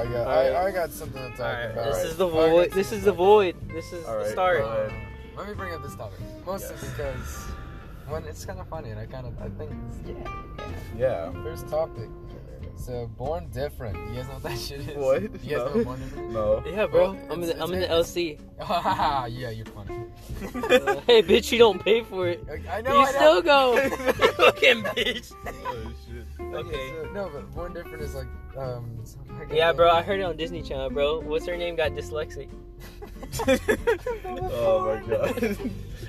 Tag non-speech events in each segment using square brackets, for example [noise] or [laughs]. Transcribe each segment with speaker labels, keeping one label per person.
Speaker 1: I got something to talk
Speaker 2: Alright,
Speaker 1: about.
Speaker 3: This
Speaker 2: Alright.
Speaker 3: is the
Speaker 1: I got
Speaker 3: void.
Speaker 1: something
Speaker 3: This
Speaker 1: to
Speaker 3: is the
Speaker 1: talk
Speaker 3: void. This is
Speaker 2: Alright,
Speaker 3: the start.
Speaker 2: uh,
Speaker 4: Um, let me bring up this topic. Mostly
Speaker 2: Yes.
Speaker 4: because when it's kind of funny, and I kind of I think it's, yeah.
Speaker 2: Yeah.
Speaker 4: yeah. First topic. So born different. You guys know what that shit is.
Speaker 2: What?
Speaker 4: You guys know
Speaker 2: No.
Speaker 4: what born different. [laughs] is?
Speaker 2: No.
Speaker 3: Yeah,
Speaker 4: Well,
Speaker 3: bro. I'm in
Speaker 4: it's-
Speaker 3: the, I'm in the
Speaker 4: it's-
Speaker 3: LC.
Speaker 4: yeah, you're funny. [laughs]
Speaker 3: Uh, [laughs] hey, bitch, you don't pay for it.
Speaker 4: Like, I know.
Speaker 3: you
Speaker 4: I know. [laughs]
Speaker 3: still go. [laughs] Fucking bitch.
Speaker 2: oh shit.
Speaker 3: Okay.
Speaker 4: so- no, but born different is like um. so- like,
Speaker 3: Yeah,
Speaker 4: uh, [laughs]
Speaker 3: bro. I heard it on Disney Channel, bro. What's her name? Got dyslexic.
Speaker 2: Oh my god. [laughs]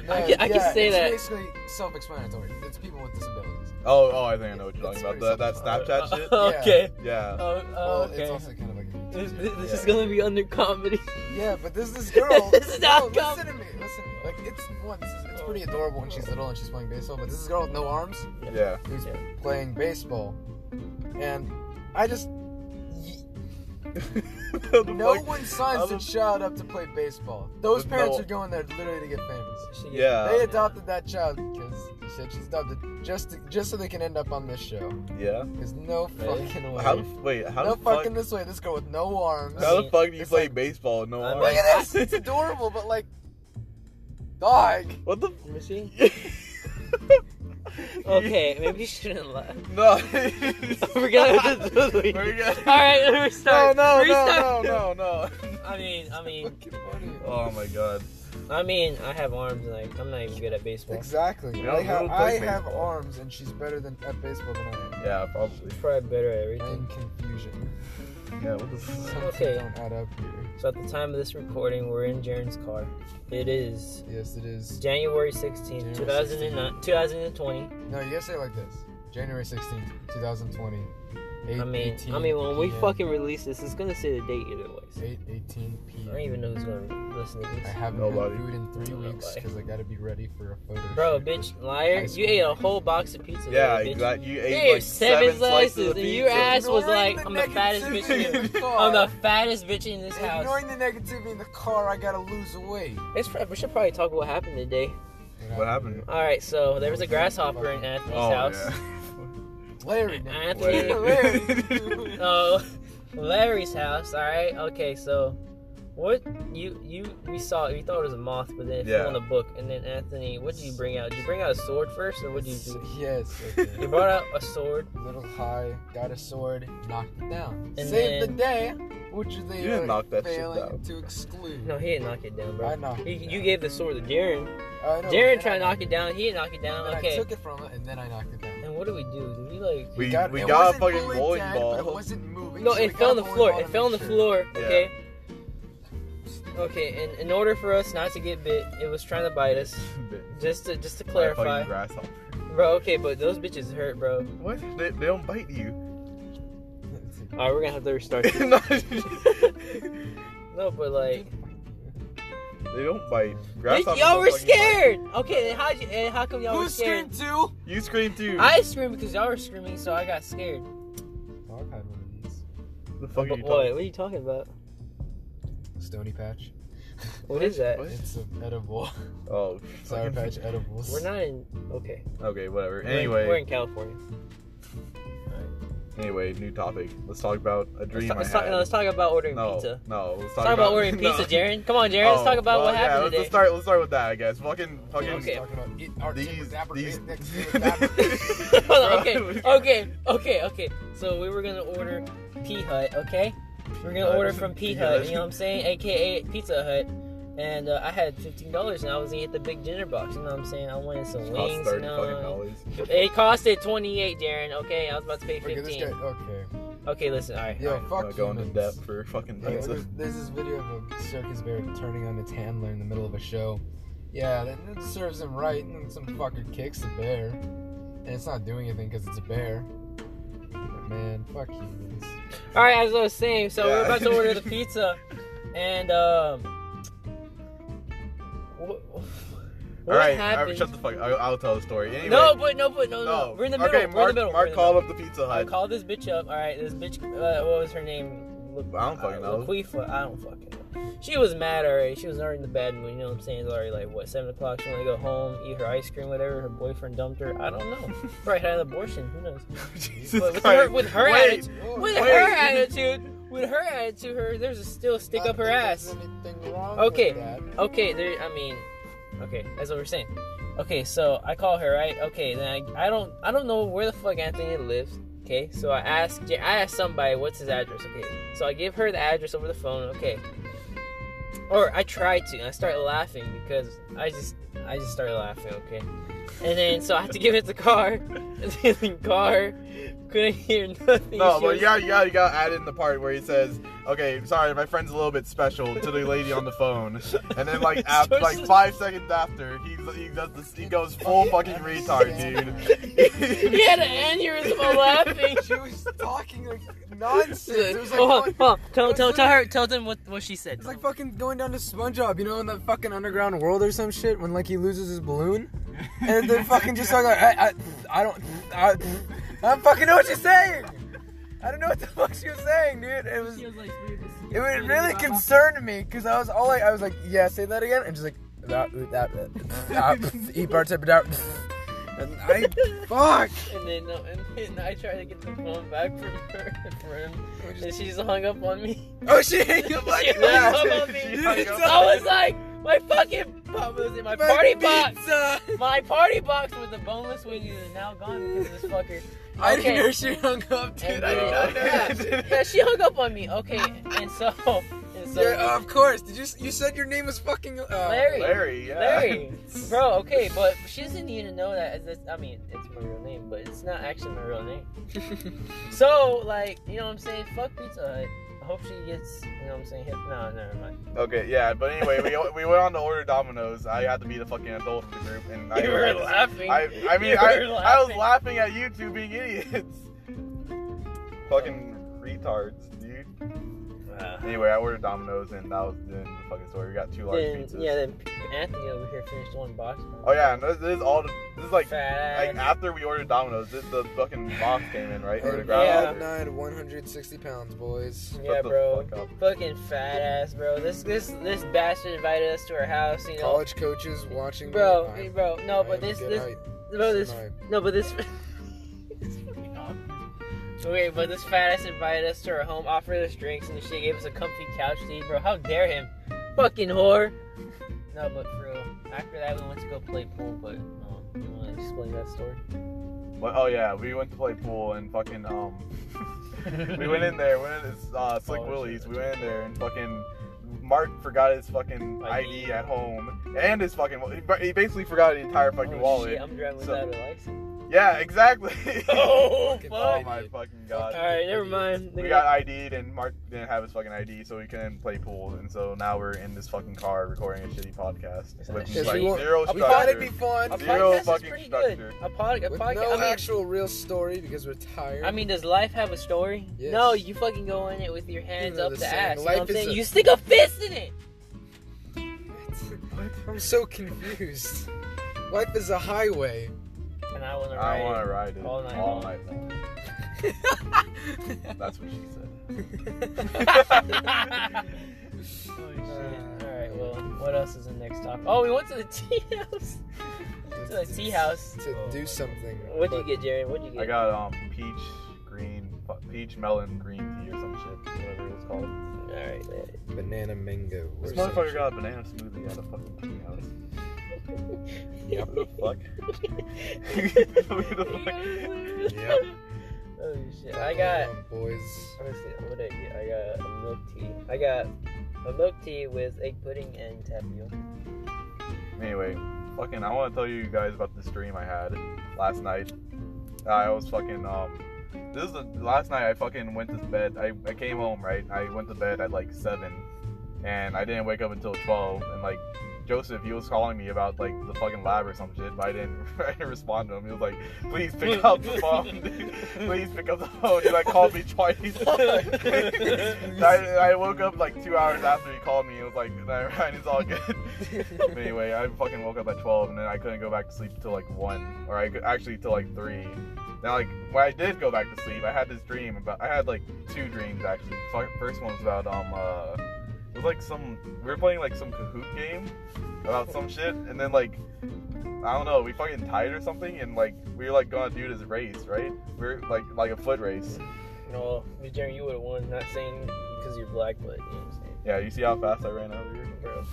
Speaker 4: no,
Speaker 3: I can- I can
Speaker 4: yeah,
Speaker 3: say
Speaker 4: it's
Speaker 3: that.
Speaker 4: basically self-explanatory. It's people with disabilities.
Speaker 2: Oh, oh, I think I know what you're talking about. That, that Snapchat
Speaker 3: [laughs]
Speaker 2: shit.
Speaker 3: okay.
Speaker 2: Yeah.
Speaker 3: Oh,
Speaker 4: Well,
Speaker 3: oh,
Speaker 4: It's
Speaker 3: okay.
Speaker 4: also kind of like. a
Speaker 3: This,
Speaker 4: YouTube
Speaker 3: this, this is
Speaker 2: Yeah.
Speaker 3: gonna be under comedy.
Speaker 4: Yeah, but there's this
Speaker 2: [laughs]
Speaker 4: girl.
Speaker 3: This is not
Speaker 4: no,
Speaker 3: com-
Speaker 4: listen to me. Listen to me. Like it's one. It's, it's pretty adorable when she's little and she's playing baseball. But this is a girl with no arms
Speaker 2: Yeah.
Speaker 4: who's playing baseball, and I just y-
Speaker 2: [laughs] What the
Speaker 4: no
Speaker 2: fuck?
Speaker 4: one
Speaker 2: [laughs]
Speaker 4: signs
Speaker 2: I'm
Speaker 4: their
Speaker 2: a-
Speaker 4: child up to play baseball. Those
Speaker 2: But
Speaker 4: parents
Speaker 2: no- Oh,
Speaker 4: are going there literally to get famous.
Speaker 3: She-
Speaker 2: Yeah.
Speaker 4: They adopted that child because she said she's adopted just to, just so they can end up on this show.
Speaker 2: Yeah.
Speaker 4: There's no
Speaker 3: Really?
Speaker 4: fucking way.
Speaker 2: How the f- wait? How
Speaker 4: no
Speaker 2: the fuck?
Speaker 4: fucking this way. This girl with no arms.
Speaker 2: How the fuck do you
Speaker 4: It's
Speaker 2: play
Speaker 4: like-
Speaker 2: baseball? with No
Speaker 3: I'm
Speaker 2: arms.
Speaker 4: Look at
Speaker 2: [laughs]
Speaker 4: this. It's adorable, but like, dog.
Speaker 2: What [laughs] the?
Speaker 3: Let me see.
Speaker 2: f-
Speaker 3: Okay, maybe you shouldn't [laughs] laugh.
Speaker 2: [laughs]
Speaker 4: [laughs]
Speaker 2: No.
Speaker 3: We're gonna
Speaker 2: [laughs]
Speaker 3: do this
Speaker 2: We're
Speaker 3: week.
Speaker 2: gonna-
Speaker 3: All right, let me
Speaker 2: No,
Speaker 3: start.
Speaker 2: no, no,
Speaker 3: Restart.
Speaker 2: no, no, no.
Speaker 3: [laughs]
Speaker 2: [laughs]
Speaker 3: I mean, I mean,
Speaker 2: Oh my god.
Speaker 3: I mean, I have arms, and like, I'm not even good at baseball.
Speaker 4: Exactly.
Speaker 2: Yeah,
Speaker 4: I, have,
Speaker 2: little play
Speaker 4: I have
Speaker 2: baseball.
Speaker 4: arms, and she's better than at baseball than I
Speaker 2: Yeah, probably.
Speaker 3: Probably better at
Speaker 4: am.
Speaker 3: everything.
Speaker 4: In confusion.
Speaker 2: Yeah. What the? F-
Speaker 4: Something
Speaker 3: Okay.
Speaker 4: don't add up here.
Speaker 3: So at the time of this recording, we're in Jaren's car. It is
Speaker 4: Yes, it is.
Speaker 3: January 16th, 2009, 2020.
Speaker 4: No, you gotta say it like this. January sixteenth, two thousand twenty.
Speaker 3: I mean, I mean, when we fucking release this, it's gonna say the date either way.
Speaker 4: Eight eighteen
Speaker 3: I don't
Speaker 4: p.m.
Speaker 3: even know who's gonna listen to
Speaker 4: I
Speaker 3: this.
Speaker 4: haven't
Speaker 2: Nobody.
Speaker 4: had food in three
Speaker 3: Nobody.
Speaker 4: weeks because I gotta be ready for a photo.
Speaker 3: Bro,
Speaker 4: shoot.
Speaker 3: bitch, liar!
Speaker 4: High
Speaker 3: You ate a
Speaker 4: school.
Speaker 3: whole box of pizza.
Speaker 2: yeah,
Speaker 3: today, bitch.
Speaker 2: exactly. You ate
Speaker 3: There's
Speaker 2: like
Speaker 3: seven
Speaker 2: seven slices
Speaker 3: slices,
Speaker 2: of
Speaker 3: and
Speaker 2: pizza. [laughs]
Speaker 3: your ass was
Speaker 4: Ignoring
Speaker 3: like, "I'm the fattest bitch
Speaker 4: negativity
Speaker 2: in
Speaker 4: in the
Speaker 3: I'm the
Speaker 4: car.
Speaker 3: fattest bitch in this house.
Speaker 4: Ignoring the negativity in the car, I gotta lose weight.
Speaker 3: It's, prob- we should probably talk what happened today.
Speaker 2: What happened?
Speaker 3: All right, so there was a grasshopper in Anthony's
Speaker 2: Oh
Speaker 3: house. [laughs]
Speaker 4: Larry.
Speaker 3: A-
Speaker 4: nigga.
Speaker 3: Anthony,
Speaker 2: Larry. [laughs]
Speaker 4: Larry.
Speaker 3: oh, [laughs] Larry's house. All right, okay, so what you you we saw we thought it was a moth, but then it
Speaker 2: Yeah.
Speaker 3: fell in a book. And then Anthony, what did you bring out? Did you bring out a sword first, or what did
Speaker 4: [laughs]
Speaker 3: you do?
Speaker 4: Yes.
Speaker 3: You [laughs]
Speaker 4: Okay.
Speaker 3: brought out a sword.
Speaker 4: Little high, got a sword, knocked it down.
Speaker 3: And
Speaker 4: Saved the
Speaker 3: then-
Speaker 4: day, which they
Speaker 2: You didn't
Speaker 4: are
Speaker 2: knock that shit
Speaker 4: failing
Speaker 2: down.
Speaker 4: to exclude.
Speaker 3: No, he didn't knock it down, bro.
Speaker 4: I knocked
Speaker 3: He,
Speaker 4: it down.
Speaker 3: you gave the sword to Darren.
Speaker 4: I know,
Speaker 3: Darren
Speaker 4: but then
Speaker 3: tried to
Speaker 4: I-
Speaker 3: knock it down. He didn't knock it down.
Speaker 4: then I
Speaker 3: Okay.
Speaker 4: took it from it and then I knocked it down.
Speaker 3: And what do we do? Do we like?
Speaker 2: We
Speaker 4: Got-
Speaker 2: we
Speaker 4: it
Speaker 2: got a
Speaker 4: wasn't
Speaker 2: fucking
Speaker 4: fully
Speaker 2: bowling
Speaker 4: dead, but It
Speaker 2: ball.
Speaker 4: wasn't moving.
Speaker 3: No,
Speaker 4: so we
Speaker 3: it
Speaker 4: got
Speaker 3: fell on
Speaker 4: a
Speaker 3: the
Speaker 4: bowling
Speaker 3: floor.
Speaker 4: ball
Speaker 3: It
Speaker 4: to
Speaker 3: fell on the
Speaker 4: make sure. [laughs]
Speaker 3: floor.
Speaker 2: Yeah.
Speaker 3: Okay. Okay, and in order for us not to get bit, it was trying to bite us. Just to just to
Speaker 2: By a fucking
Speaker 3: clarify,
Speaker 2: grasshopper.
Speaker 3: bro. Okay, but those bitches hurt, bro.
Speaker 2: What? They, they don't bite you. [laughs]
Speaker 3: All right, we're gonna have to restart. this.
Speaker 2: No,
Speaker 3: [laughs] no, but like,
Speaker 2: they don't bite.
Speaker 3: bitch,
Speaker 2: Grasshoppers
Speaker 3: y'all
Speaker 2: don't
Speaker 3: were
Speaker 2: fucking bite.
Speaker 3: scared. Okay, then how you? And how come y'all were
Speaker 4: Who
Speaker 3: scared?
Speaker 4: screamed too?
Speaker 2: You screamed too.
Speaker 3: I screamed because y'all were screaming, so I got scared.
Speaker 4: Oh, I've had one of these.
Speaker 2: the fuck are
Speaker 3: But
Speaker 2: you
Speaker 3: what?
Speaker 2: talking?
Speaker 3: What are you talking about?
Speaker 4: Stony patch.
Speaker 3: What is that?
Speaker 2: What?
Speaker 4: It's an edible. [laughs]
Speaker 2: Oh,
Speaker 4: Sour
Speaker 2: fucking- [laughs]
Speaker 4: patch edibles.
Speaker 3: We're not in. Okay.
Speaker 2: Okay, whatever.
Speaker 3: We're in-
Speaker 2: Anyway,
Speaker 3: we're in California.
Speaker 2: anyway, new topic. Let's talk about a
Speaker 3: Let's
Speaker 2: dream
Speaker 3: talk, let's,
Speaker 2: I
Speaker 3: talk,
Speaker 2: had.
Speaker 3: no, let's talk about ordering
Speaker 2: no,
Speaker 3: pizza.
Speaker 2: no. Let's talk,
Speaker 3: Let's talk about ordering
Speaker 2: [laughs] no.
Speaker 3: pizza, Jaren. Come on, Jaren.
Speaker 2: Oh,
Speaker 3: let's talk about
Speaker 2: well,
Speaker 3: what
Speaker 2: yeah,
Speaker 3: happened
Speaker 2: let's, let's
Speaker 3: today.
Speaker 2: start. Let's start with that, I guess. Fucking, fucking.
Speaker 3: Okay.
Speaker 4: Talking about it, our
Speaker 2: These,
Speaker 4: zapper,
Speaker 2: these.
Speaker 4: it,
Speaker 2: [laughs]
Speaker 4: next to zapper.
Speaker 3: Hold on, okay, okay, okay, okay. So we were gonna order P Hut, okay? We're gonna order from P Hut, you know what I'm saying? AKA Pizza Hut. And uh, I had fifteen dollars, and I was gonna get the big dinner box. You know what I'm saying? I wanted some
Speaker 2: Cost
Speaker 3: wings. You
Speaker 2: thirty fucking
Speaker 3: know?
Speaker 2: dollars.
Speaker 3: It costed twenty eight, Darren. Okay, I was about to pay
Speaker 4: Okay, this
Speaker 3: fifteen.
Speaker 4: guy. Okay.
Speaker 3: Okay, listen. All right.
Speaker 4: Yo,
Speaker 3: all right.
Speaker 2: I'm not
Speaker 4: fuck
Speaker 2: Uh, going to
Speaker 4: humans.
Speaker 2: debt for fucking
Speaker 4: Yeah,
Speaker 2: pizza.
Speaker 4: there's, there's this video of a circus bear turning on its handler in the middle of a show. Yeah, that, that serves him right, and then some fucker kicks the bear, and it's not doing anything because it's a bear. But man, fuck humans.
Speaker 3: All right, as I was saying, so we
Speaker 2: Yeah.
Speaker 3: are about to
Speaker 2: [laughs]
Speaker 3: order the pizza, and um, what, what
Speaker 2: All right, all
Speaker 3: happened?
Speaker 2: right, shut the fuck. I, I'll tell the story. Anyway, Oh,
Speaker 3: no, but no, but no, no, We're in the middle.
Speaker 2: Okay,
Speaker 3: we're
Speaker 2: Mark,
Speaker 3: in the middle.
Speaker 2: Mark
Speaker 3: we're in the
Speaker 2: called
Speaker 3: middle.
Speaker 2: up the Pizza
Speaker 3: I
Speaker 2: Hut. [laughs]
Speaker 3: called this bitch up. All right, this bitch. Uh, what was her name? Lu-
Speaker 2: I don't fucking know.
Speaker 3: Laquifa. I don't fucking know. She was mad already. She was already in the bad mood. You know what I'm saying? It's already like what seven o'clock. She wanted to go home, eat her ice cream, whatever. Her boyfriend dumped her. I don't know.
Speaker 2: [laughs]
Speaker 3: Probably had an abortion. Who knows?
Speaker 2: Jesus
Speaker 3: But with
Speaker 2: Christ.
Speaker 3: her, with her
Speaker 2: Wait,
Speaker 3: attitude,
Speaker 4: Oh,
Speaker 3: with
Speaker 2: Wait.
Speaker 3: her attitude, with her attitude, her there's a still stick
Speaker 4: Not
Speaker 3: up her
Speaker 4: that there's
Speaker 3: ass.
Speaker 4: Anything wrong
Speaker 3: Okay.
Speaker 4: With that.
Speaker 3: Okay, there. I mean, okay, that's what we're saying. Okay, so I call her right. Okay, then I, I don't I don't know where the fuck Anthony lives. Okay, so I ask I ask somebody what's his address. Okay, so I give her the address over the phone. Okay, or I try to. And I start laughing because I just I just started laughing. Okay, and then so I have to give it the car. [laughs] And then the car couldn't hear nothing.
Speaker 2: No, but
Speaker 3: She was-
Speaker 2: you
Speaker 3: [laughs]
Speaker 2: got you got you got to add in the part where he says, "Okay, sorry, my friend's a little bit special" to the lady on the phone, and then
Speaker 3: [laughs]
Speaker 2: like af-
Speaker 3: So
Speaker 2: like
Speaker 3: she-
Speaker 2: five seconds after, he he does this, he goes full fucking retard,
Speaker 3: He
Speaker 2: dude.
Speaker 3: had an aneurysm while laughing.
Speaker 4: She was talking like nonsense. [laughs] It was like,
Speaker 3: hold on,
Speaker 4: fucking-
Speaker 3: hold on. Tell,
Speaker 4: it
Speaker 3: tell,
Speaker 4: was
Speaker 3: tell
Speaker 4: like-
Speaker 3: her, tell them what, what she said.
Speaker 4: It's like fucking going down to SpongeBob, you know, in that fucking underground world or some shit when like he loses his balloon, and they're fucking just like, I, I, I don't, I, I don't fucking know what you're saying. I don't know what the fuck she was saying, dude. It was, it was really concerned me because I was all like, I was like, yeah, say that again, and she's like, that, that, that, eat bar tip it out. And I,
Speaker 3: [laughs]
Speaker 4: fuck.
Speaker 3: And then, uh, and then I tried to get the phone back from her, [laughs] from him, and she just hung up on me.
Speaker 4: Oh shit! You're like
Speaker 3: She hung
Speaker 4: that.
Speaker 3: up on me.
Speaker 2: She hung
Speaker 4: Dude,
Speaker 2: up.
Speaker 4: it's all-
Speaker 3: I was like, my fucking pop was in my, party box.
Speaker 4: pizza.
Speaker 3: My party box with the boneless wings is now gone because of this fucker.
Speaker 4: I didn't
Speaker 3: Okay.
Speaker 4: know she hung up, dude.
Speaker 3: And
Speaker 4: I did not know
Speaker 3: yeah,
Speaker 4: that.
Speaker 3: yeah, she hung up on me. Okay, and so, and so,
Speaker 4: Yeah, of course. Did you s- you said your name was fucking uh,
Speaker 3: Larry.
Speaker 2: Larry, yeah.
Speaker 3: Larry, bro, okay, but she doesn't need to know that. That's, I mean, it's my real name, but it's not actually my real name. so, like, you know what I'm saying? Fuck Pizza Hut. I hope she gets, you know what I'm saying? Hit. No, never mind.
Speaker 2: [laughs] Okay, yeah, but anyway, we we went on to order Domino's. I had to be the fucking adult of the group, and I
Speaker 3: you were laughing.
Speaker 2: I, I
Speaker 3: [laughs]
Speaker 2: mean,
Speaker 3: You
Speaker 2: I,
Speaker 3: were
Speaker 2: I was laughing at you two being idiots. Fucking retards, dude.
Speaker 3: Wow.
Speaker 2: Anyway, I ordered Domino's and that was the end of the fucking story. We got two large
Speaker 3: Then,
Speaker 2: pizzas.
Speaker 3: yeah, then Anthony over here finished one box.
Speaker 2: Oh yeah, and this, this is all. The, this is like like
Speaker 3: Fat ass.
Speaker 2: after we ordered Domino's, this, the fucking box came in right or the
Speaker 3: Yeah.
Speaker 2: grab
Speaker 4: Five
Speaker 2: order.
Speaker 4: nine, 160 pounds, boys.
Speaker 3: Yeah,
Speaker 2: Shut the
Speaker 3: bro.
Speaker 2: fuck up.
Speaker 3: Fucking fat ass, bro. This this this bastard invited us to her house, you know.
Speaker 4: College coaches watching. me.
Speaker 3: Bro,
Speaker 4: I'm-
Speaker 3: bro, no,
Speaker 4: I
Speaker 3: but
Speaker 4: am
Speaker 3: this
Speaker 4: good
Speaker 3: this
Speaker 4: height.
Speaker 3: No, this.
Speaker 4: Sorry.
Speaker 3: No, but this. [laughs] It's fucking awkward. Okay, but this fat ass invited us to her home, offered us drinks, and she gave us a comfy couch to eat, bro. How dare him? Fucking whore. No, but for real. After that, we went to go play pool, but. um, you wanna Explain that story.
Speaker 2: But, oh yeah, we went to play pool and fucking um. [laughs] [laughs] we went in there. Went in this uh, Slick
Speaker 3: Oh, shit.
Speaker 2: Willies. We went in there and fucking. Mark forgot his fucking
Speaker 3: ID.
Speaker 2: ID, at home and his fucking. wa- he ba- He basically forgot his entire fucking
Speaker 3: oh,
Speaker 2: wallet.
Speaker 3: Shit, I'm driving
Speaker 2: So-
Speaker 3: without a
Speaker 2: [laughs]
Speaker 3: license.
Speaker 2: Yeah, exactly.
Speaker 3: [laughs] Oh,
Speaker 4: Fucking-
Speaker 2: [laughs] oh
Speaker 3: fuck.
Speaker 2: my fucking god.
Speaker 3: Alright, never mind.
Speaker 2: We got ID'd and Mark didn't have his fucking ID, so we couldn't play pool. And so now we're in this fucking car recording a shitty podcast with
Speaker 4: Yes,
Speaker 2: like
Speaker 4: we won't-
Speaker 2: zero
Speaker 4: We thought it'd
Speaker 2: structure.
Speaker 4: be fun.
Speaker 3: a
Speaker 2: I'm zero
Speaker 3: podcast is
Speaker 2: fucking
Speaker 3: pretty
Speaker 2: structure.
Speaker 3: good. A, pod, a
Speaker 4: With
Speaker 3: podcast.
Speaker 4: no
Speaker 3: I mean,
Speaker 4: actual real story because we're tired.
Speaker 3: I mean, does life have a story?
Speaker 4: Yes.
Speaker 3: No, you fucking go in it with your hands
Speaker 4: These are
Speaker 3: up
Speaker 4: the
Speaker 3: the,
Speaker 4: same.
Speaker 3: ass. You, know
Speaker 4: Life
Speaker 3: what I'm
Speaker 4: is
Speaker 3: saying?
Speaker 4: a-
Speaker 3: you stick a fist in it.
Speaker 4: I'm so confused. Life is a highway.
Speaker 3: And I want to
Speaker 2: I want
Speaker 3: ride.
Speaker 2: to ride it
Speaker 3: All night
Speaker 2: all
Speaker 3: long.
Speaker 2: night long. That's what she said.
Speaker 3: [laughs]
Speaker 2: [laughs]
Speaker 3: All right. Well, what else is the next topic? Oh, we went to the [laughs] tea house. to the tea house.
Speaker 4: to do something.
Speaker 3: What'd
Speaker 4: but-
Speaker 3: you get, Jerry? What'd you get?
Speaker 2: I got um peach green, fu- peach melon green tea or some shit, whatever it was called.
Speaker 3: All right. man.
Speaker 4: Banana mango.
Speaker 2: This
Speaker 4: or some
Speaker 2: motherfucker
Speaker 4: shit.
Speaker 2: got a banana smoothie out of fucking tea house.
Speaker 4: Yep.
Speaker 2: What the fuck?
Speaker 3: [laughs]
Speaker 2: What the
Speaker 4: Yep.
Speaker 3: Oh shit! I got.
Speaker 4: Come on, boys.
Speaker 3: Honestly, what did I get? I got a milk tea. I got a milk tea with egg pudding and tapioca.
Speaker 2: fuck? Anyway, fucking, I want to tell you guys about this dream I had last night. I was fucking um. This is the last night I fucking went to bed. I, I came home right. I went to bed at like seven, and I didn't wake up until twelve. And like Joseph, he was calling me about like the fucking lab or some shit, but I didn't [laughs] I didn't respond to him. He was like, "Please pick up the phone, dude. please pick up the phone." He like called me twice. So [laughs] I, I woke up like two hours after he called me. It was like, [laughs] never mind, it's all good. [laughs] but anyway, I fucking woke up at 12 and then I couldn't go back to sleep till like 1, or I could actually till like 3. Now, like, when I did go back to sleep, I had this dream about, I had like two dreams actually. Fu- First one was about, um, uh, it was like some, we were playing like some Kahoot game about some shit, and then like, I don't know, we fucking tied or something, and like, we were like gonna do this race, right? We were like, like a foot race.
Speaker 3: No, Jeremy, you would have won. Not saying because you're black, but you know what I'm saying.
Speaker 2: Yeah, you see how fast I ran over you?
Speaker 3: Bro,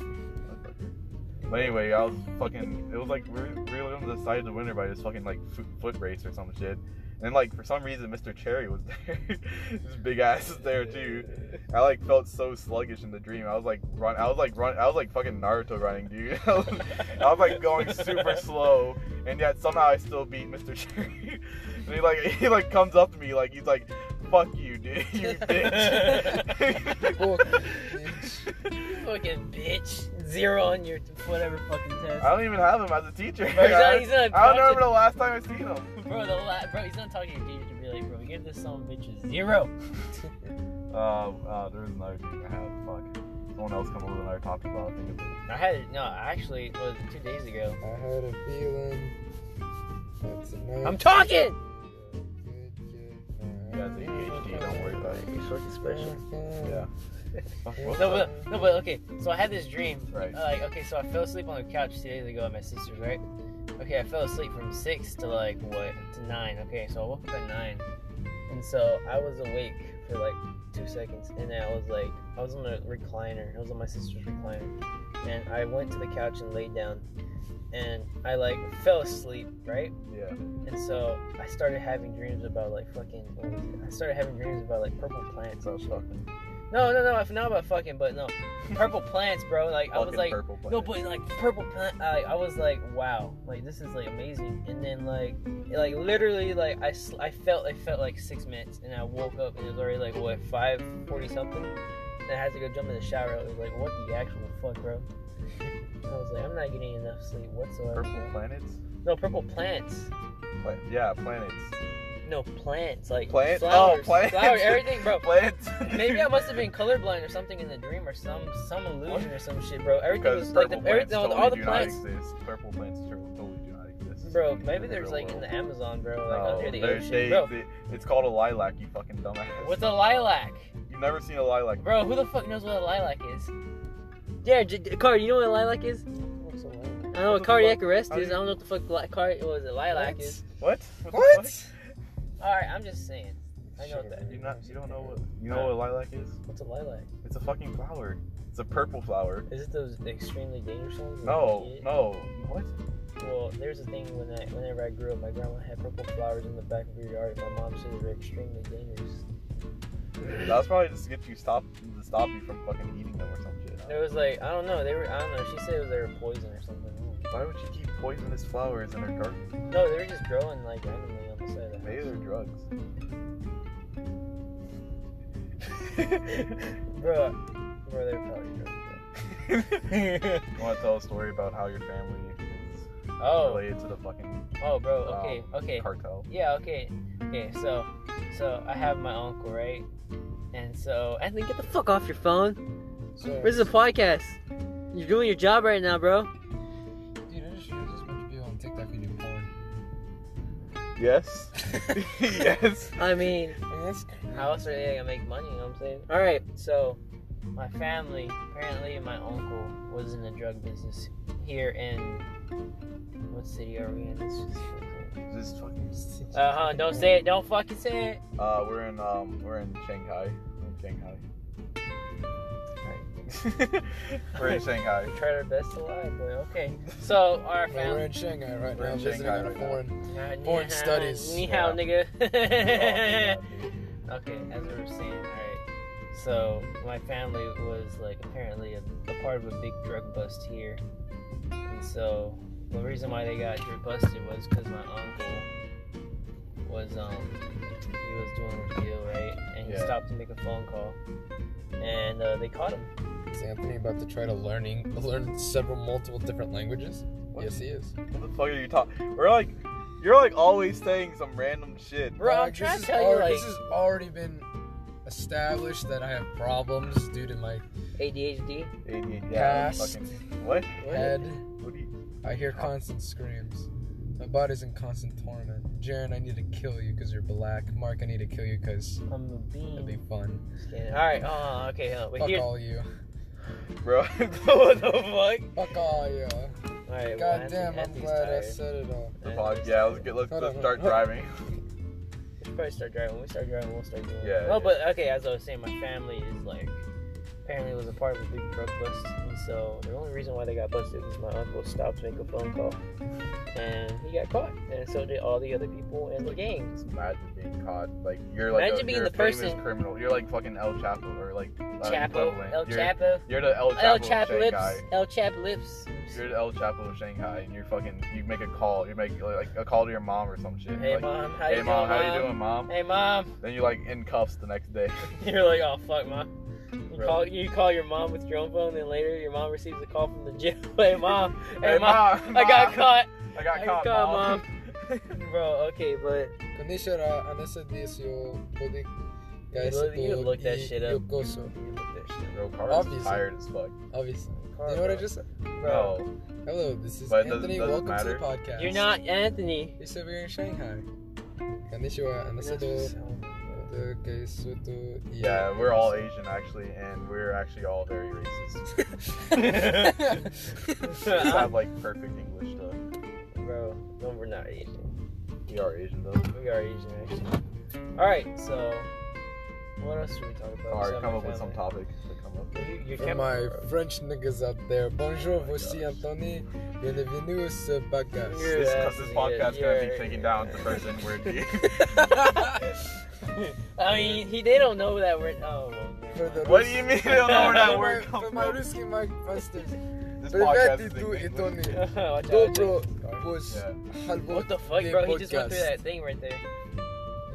Speaker 2: But anyway, I was fucking. It was like we were, we were on the side of the winner by this fucking like foot, foot race or some shit. And then like for some reason, Mr. Cherry was [laughs] there. His big ass is there too. I like felt so sluggish in the dream. I was like run. I was like run. I was like fucking Naruto running, dude. [laughs] I was, I was like going super slow, and yet somehow I still beat Mr. [laughs] Cherry. and he like he like comes up to me like he's like, "Fuck you, dude, [laughs] you
Speaker 4: Fuck,
Speaker 2: bitch."
Speaker 4: bitch.
Speaker 2: [laughs]
Speaker 3: You fucking bitch. Zero on your whatever fucking test.
Speaker 2: I don't even have him as a teacher.
Speaker 3: Bro, he's not- he's
Speaker 2: I
Speaker 3: not
Speaker 2: don't
Speaker 3: conscious.
Speaker 2: remember the last time I seen him.
Speaker 3: Bro, the la- bro, he's not talking to you to be like, bro, give this some bitch a zero.
Speaker 2: [laughs] Um, uh, there was another thing I had. Fuck. Someone else come up with another topic while I think of it.
Speaker 3: I had no, actually, it was two days ago.
Speaker 4: I had a feeling that tonight.
Speaker 3: I'm talking.
Speaker 2: He has ADHD, don't worry about it.
Speaker 3: fucking
Speaker 2: Yeah. Fuck, what
Speaker 3: [laughs] No,
Speaker 2: the-
Speaker 3: but no, but okay. So I had this dream.
Speaker 2: Right.
Speaker 3: Uh, like, okay, so I fell asleep on the couch two days ago at my sister's, right? Okay, I fell asleep from six to like what to nine. Okay, so I woke up at nine, and so I was awake for like two seconds, and then I was like, I was on the recliner. I was on my sister's recliner, and I went to the couch and laid down, and I like fell asleep, right?
Speaker 2: yeah.
Speaker 3: And so I started having dreams about like fucking. What was it? I started having dreams about like purple plants.
Speaker 2: So
Speaker 3: and shit.
Speaker 2: fucking.
Speaker 3: No, no, no. I forgot about fucking, but no, purple plants, bro. Like I was
Speaker 2: fucking
Speaker 3: like,
Speaker 2: purple
Speaker 3: no,
Speaker 2: planet.
Speaker 3: but like purple plant. I, I was like, wow, like this is like amazing. And then like, it, like literally, like I, sl- I felt, I felt like six minutes, and I woke up and it was already like what five forty something. And I had to go jump in the shower. I was like, what the actual fuck, bro? [laughs] I was like, I'm not getting enough sleep whatsoever.
Speaker 2: Purple planets.
Speaker 3: No purple plants.
Speaker 2: Pla- yeah, planets.
Speaker 3: No plants, like
Speaker 2: Plants.
Speaker 3: flowers,
Speaker 2: oh, planets.
Speaker 3: flowers, everything, bro.
Speaker 2: [laughs] Planets.
Speaker 3: Maybe I must have been colorblind or something in the dream or some some illusion or some shit, bro. Everything
Speaker 2: Because
Speaker 3: was like the,
Speaker 2: purple
Speaker 3: every,
Speaker 2: plants
Speaker 3: no,
Speaker 2: totally
Speaker 3: all the
Speaker 2: do
Speaker 3: plants,
Speaker 2: not exist. Purple plants totally totally do not exist.
Speaker 3: bro. Maybe there's
Speaker 2: real
Speaker 3: like in
Speaker 2: world.
Speaker 3: the Amazon, bro, like under the
Speaker 2: they're-
Speaker 3: ocean,
Speaker 2: they-
Speaker 3: bro.
Speaker 2: they- it's called a lilac, you fucking dumbass.
Speaker 3: What's a lilac,
Speaker 2: You've never seen a lilac.
Speaker 3: bro? Who the fuck knows what a lilac is? Yeah, J- J- Car, you know what a lilac is? I know
Speaker 2: What
Speaker 3: what
Speaker 2: the
Speaker 3: cardiac
Speaker 2: fuck?
Speaker 3: arrest
Speaker 2: How do
Speaker 3: is. I
Speaker 2: you-
Speaker 3: don't know what the fuck li- car what was it lilac
Speaker 4: What?
Speaker 3: is.
Speaker 2: What? What? the [laughs] fuck?
Speaker 4: What?
Speaker 3: All right, I'm just saying. I know what that.
Speaker 2: You not? You don't know what? You know what a lilac is?
Speaker 3: What's a lilac?
Speaker 2: It's a fucking flower. It's a purple flower.
Speaker 3: Is it those extremely dangerous ones? that
Speaker 2: No,
Speaker 3: you get?
Speaker 2: no. What?
Speaker 3: Well, there's a thing when I, whenever I grew up, my grandma had purple flowers in the back of her yard. and My mom said they were extremely dangerous.
Speaker 2: That was probably just to get you stop to stop you from fucking eating them or some shit.
Speaker 3: It was like I don't know. They were I don't know. She said it was they were poison or something.
Speaker 2: Why would you keep poisonous flowers in her garden?
Speaker 3: No, they were just growing like randomly on the side of the
Speaker 2: Maybe
Speaker 3: house.
Speaker 2: they're drugs.
Speaker 3: [laughs] Bro, bro, they were probably drugs.
Speaker 2: You want to tell a story about how your family is
Speaker 3: bro. oh,
Speaker 2: related to the fucking
Speaker 3: oh, bro.
Speaker 2: um,
Speaker 3: Okay, okay.
Speaker 2: cartel?
Speaker 3: Yeah, okay. Okay, so so I have my uncle, right? And so Anthony, get the fuck off your phone.
Speaker 4: So,
Speaker 3: This is a podcast. You're doing your job right now, bro.
Speaker 4: dude, I just, I just want you to be on TikTok you do
Speaker 2: [laughs]
Speaker 4: porn.
Speaker 2: Yes. [laughs] yes.
Speaker 3: I mean,
Speaker 4: I mean, that's crazy.
Speaker 3: How else are they gonna make money? You know what I'm saying? All right. So, my family, apparently, my uncle was in the drug business here in what city are we in? It's just-
Speaker 2: Just fucking.
Speaker 3: Uh huh. Don't say it. Don't fucking say it.
Speaker 2: Uh, we're in um, we're in Shanghai. We're in Shanghai. we're in Shanghai.
Speaker 3: [laughs] We tried our best to lie, but okay. So
Speaker 4: Well, we're
Speaker 3: our family.
Speaker 4: in Shanghai right
Speaker 2: We're
Speaker 4: now,
Speaker 2: in
Speaker 4: visiting
Speaker 2: Shanghai
Speaker 4: on a
Speaker 2: right now.
Speaker 4: foreign.
Speaker 3: Uh, ni
Speaker 4: foreign
Speaker 3: hao,
Speaker 4: studies.
Speaker 3: Ni hao,
Speaker 2: Yeah.
Speaker 3: [laughs] nigga. Okay, as we were saying, alright. So, my family was like apparently a, a part of a big drug bust here. And so, the reason why they got drug busted was because my uncle was, um, he was doing a deal, right? And he
Speaker 2: Yeah.
Speaker 3: stopped to make a phone call. And uh, they caught him.
Speaker 4: Is Anthony about to try to learning learn several multiple different languages?
Speaker 2: What?
Speaker 4: Yes, he is.
Speaker 2: What the fuck are you talking? We're like, you're like always saying some random shit.
Speaker 3: Bro, I'm
Speaker 4: Like,
Speaker 3: trying to
Speaker 4: this
Speaker 3: tell
Speaker 4: has
Speaker 3: you,
Speaker 4: already-
Speaker 3: like,
Speaker 4: Oh, this has already been established that I have problems due to my
Speaker 3: ADHD.
Speaker 2: ADHD. Yeah,
Speaker 4: Yes.
Speaker 2: fucking. What?
Speaker 4: head.
Speaker 2: What do you?
Speaker 4: I hear constant screams. My body's in constant torment. Jaren, I need to kill you because you're black. Mark, I need to kill you because
Speaker 3: I'm a
Speaker 4: it'd be
Speaker 3: bean.
Speaker 4: fun.
Speaker 3: Alright, oh, okay, hell. But
Speaker 4: Fuck
Speaker 3: Hmm. here,
Speaker 4: all you.
Speaker 2: Bro.
Speaker 3: [laughs]
Speaker 2: [laughs]
Speaker 3: what the fuck?
Speaker 4: Fuck all you.
Speaker 3: Alright, well,
Speaker 4: God damn, I'm
Speaker 3: Anthony's
Speaker 4: glad I
Speaker 3: tired.
Speaker 4: said it all.
Speaker 2: The pod, yeah, let's get let's,
Speaker 4: Hold
Speaker 2: let's
Speaker 4: on,
Speaker 2: start
Speaker 4: hold
Speaker 2: driving.
Speaker 3: We should probably start driving. When we start driving, we'll start doing it.
Speaker 2: Yeah,
Speaker 3: Well,
Speaker 2: yeah.
Speaker 3: but okay, as I was saying, my family is like apparently was a part of a big drug bust, and so the only reason why they got busted is my uncle stopped to make a phone call, and he got caught, and so did all the other people in the gang.
Speaker 2: Just imagine being caught. Like you're like
Speaker 3: Imagine
Speaker 2: a,
Speaker 3: being
Speaker 2: you're a
Speaker 3: the
Speaker 2: famous
Speaker 3: person-
Speaker 2: criminal. You're like fucking El Chapo or like uh,
Speaker 3: Chapo,
Speaker 2: equivalent.
Speaker 3: El
Speaker 2: you're,
Speaker 3: Chapo,
Speaker 2: You're the El Chapo,
Speaker 3: El
Speaker 2: of
Speaker 3: Chap
Speaker 2: Shanghai.
Speaker 3: Lips, El Chap Lips.
Speaker 2: You're the El Chapo of Shanghai, and you're fucking. You make a call. You make like a call to your mom or some shit.
Speaker 3: Hey
Speaker 2: like,
Speaker 3: mom, how
Speaker 2: hey
Speaker 3: you
Speaker 2: mom,
Speaker 3: doing?
Speaker 2: how you doing,
Speaker 3: [laughs]
Speaker 2: mom?
Speaker 3: Hey mom,
Speaker 2: Then you like in cuffs the next day.
Speaker 3: you're like, oh fuck, mom. You
Speaker 2: Bro.
Speaker 3: call, you call your mom with your own phone, then later your mom receives a call from the jail. [laughs]
Speaker 2: [laughs]
Speaker 3: Hey mom, hey, mom, I got caught.
Speaker 2: I got
Speaker 3: I
Speaker 2: caught,
Speaker 3: got
Speaker 2: mom.
Speaker 3: [laughs] Bro, okay, but
Speaker 4: Cuando era en ese día yo pude
Speaker 3: look- you look that shit up.
Speaker 4: Yo gozo,
Speaker 3: You look that
Speaker 2: Bro, Carlos is
Speaker 4: Obviously.
Speaker 2: tired as fuck.
Speaker 4: obviously.
Speaker 3: shit.
Speaker 4: You know what I just said?
Speaker 3: Bro,
Speaker 2: No,
Speaker 4: Hello, this is
Speaker 2: But it doesn't-
Speaker 4: Anthony.
Speaker 2: doesn't
Speaker 4: Welcome to
Speaker 2: matter.
Speaker 4: the podcast.
Speaker 3: you're not Anthony.
Speaker 4: You said we're in Shanghai. Konnichiwa, and this is the- the Keisuto y-
Speaker 2: yeah, we're all Asian actually, and we're actually all very
Speaker 3: [laughs]
Speaker 2: racist.
Speaker 4: [laughs]
Speaker 2: We just have like perfect English though.
Speaker 3: Bro, no, we're not Asian.
Speaker 2: We are Asian though.
Speaker 3: We are Asian, actually. Alright, so what else should we talk about?
Speaker 2: All right,
Speaker 3: besides
Speaker 2: come
Speaker 3: my
Speaker 2: up with some
Speaker 3: family?
Speaker 2: topic to come up. with.
Speaker 3: You, you
Speaker 4: For [laughs]
Speaker 3: can't-
Speaker 4: my French niggas out there, bonjour,
Speaker 2: my
Speaker 4: voici
Speaker 2: gosh.
Speaker 4: Anthony, bienvenue ce podcast.
Speaker 2: [laughs]
Speaker 3: You're
Speaker 2: This,
Speaker 3: Yeah,
Speaker 2: 'cause this
Speaker 3: yeah,
Speaker 2: podcast gonna
Speaker 3: yeah.
Speaker 2: be taken down the [laughs] person we're doing.
Speaker 3: I mean, he they don't know that we're. Oh, well, never
Speaker 4: For the-
Speaker 3: mind.
Speaker 2: what do you mean? I don't know where that word
Speaker 4: For my-
Speaker 2: comes
Speaker 4: for my
Speaker 2: from.
Speaker 4: Ruski Mike Busters,
Speaker 2: This podcast is
Speaker 4: Привет,
Speaker 2: in English.
Speaker 4: Anthony.
Speaker 3: [laughs] Watch out,
Speaker 4: Добро
Speaker 3: Jack. What
Speaker 4: What
Speaker 3: the fuck, bro? He just went through that thing right there.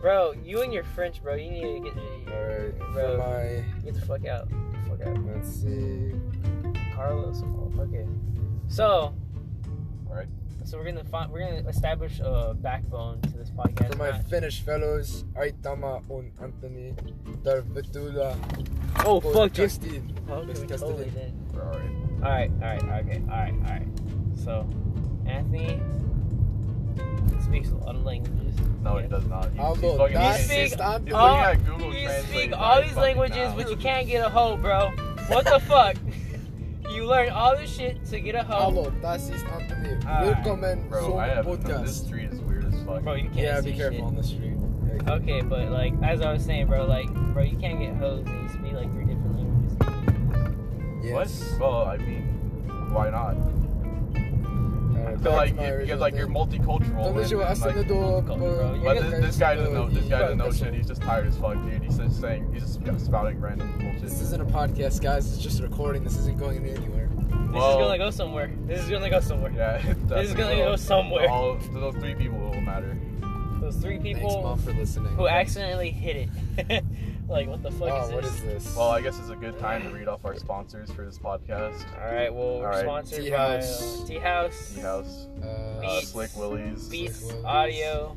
Speaker 3: Bro, you and your French, bro. You need to get,
Speaker 4: Alright,
Speaker 3: Bro.
Speaker 4: for my.
Speaker 3: get the fuck out. Get the fuck out.
Speaker 4: Let's see.
Speaker 3: Carlos. Oh, okay. So.
Speaker 2: Alright.
Speaker 3: So we're gonna find, we're gonna establish a backbone to this podcast.
Speaker 4: For my
Speaker 3: Not-
Speaker 4: Finnish fellows, Aitama on Anthony, Darvetula,
Speaker 3: oh fuck, just
Speaker 4: Justin.
Speaker 3: okay, we totally did.
Speaker 2: All right.
Speaker 3: All right, all right, okay, all right, all right. So, Anthony speaks a lot of languages.
Speaker 2: No,
Speaker 3: Yeah.
Speaker 2: it does not. You,
Speaker 4: Although
Speaker 2: fucking
Speaker 4: not
Speaker 3: speak-
Speaker 4: since I'm
Speaker 2: He's
Speaker 3: all-
Speaker 2: looking at Google
Speaker 3: You
Speaker 2: Translate
Speaker 3: speak
Speaker 2: right
Speaker 3: all these
Speaker 2: fucking
Speaker 3: languages,
Speaker 2: now.
Speaker 3: but you can't get a hoe, bro. What the
Speaker 2: [laughs]
Speaker 3: fuck? You learn all this shit to get a hoe,
Speaker 4: Hello, das ist Anthony.
Speaker 3: Ah,
Speaker 4: Willkommen
Speaker 2: Bro,
Speaker 4: zum
Speaker 2: I have no, this
Speaker 4: Podcast.
Speaker 2: street is weird as fuck.
Speaker 3: bro. You can't
Speaker 4: Yeah,
Speaker 3: see
Speaker 4: be careful
Speaker 3: shit.
Speaker 4: on the street.
Speaker 3: Okay, but like as I was saying, bro, like bro, you can't get hoes and you speak like three different languages.
Speaker 4: Yes.
Speaker 2: What? Well, I mean, why not?
Speaker 4: Alright,
Speaker 2: So
Speaker 4: back
Speaker 2: like,
Speaker 4: to my
Speaker 2: you-
Speaker 4: original
Speaker 2: because like you're
Speaker 4: thing.
Speaker 2: multicultural.
Speaker 4: Don't let
Speaker 2: and-
Speaker 4: you
Speaker 2: and,
Speaker 4: ask
Speaker 2: like-
Speaker 4: the door,
Speaker 3: Go,
Speaker 4: uh,
Speaker 3: bro. You
Speaker 2: but
Speaker 4: you
Speaker 2: this,
Speaker 4: guys
Speaker 2: this guy doesn't know. This guy
Speaker 4: bro,
Speaker 2: doesn't know
Speaker 4: listen.
Speaker 2: shit. He's just tired as fuck, dude. He's just saying. He's just spouting random bullshit.
Speaker 4: This isn't a podcast, guys. It's just a recording. This isn't going anywhere.
Speaker 3: This
Speaker 2: Well-
Speaker 3: is gonna go somewhere. This is gonna go somewhere.
Speaker 2: Yeah, [laughs] it
Speaker 3: this is
Speaker 2: definitely
Speaker 3: gonna
Speaker 2: will.
Speaker 3: go somewhere.
Speaker 2: All to those three people will matter.
Speaker 3: Those three
Speaker 4: Thanks,
Speaker 3: people
Speaker 4: mom, for listening.
Speaker 3: who accidentally hit it. [laughs] like what the fuck
Speaker 4: Wow,
Speaker 3: is
Speaker 4: Oh, what
Speaker 3: this?
Speaker 4: is this?
Speaker 2: Well, I guess it's a good time to read off our sponsors for this podcast.
Speaker 3: All right, well we're
Speaker 2: All right.
Speaker 3: sponsored
Speaker 4: Tea
Speaker 3: by
Speaker 4: House.
Speaker 3: uh, Tea House,
Speaker 2: Tea House,
Speaker 4: uh,
Speaker 2: uh,
Speaker 3: Beats.
Speaker 2: Slick Willies, Beats,
Speaker 3: Beats
Speaker 4: Sick Willies.
Speaker 3: Audio,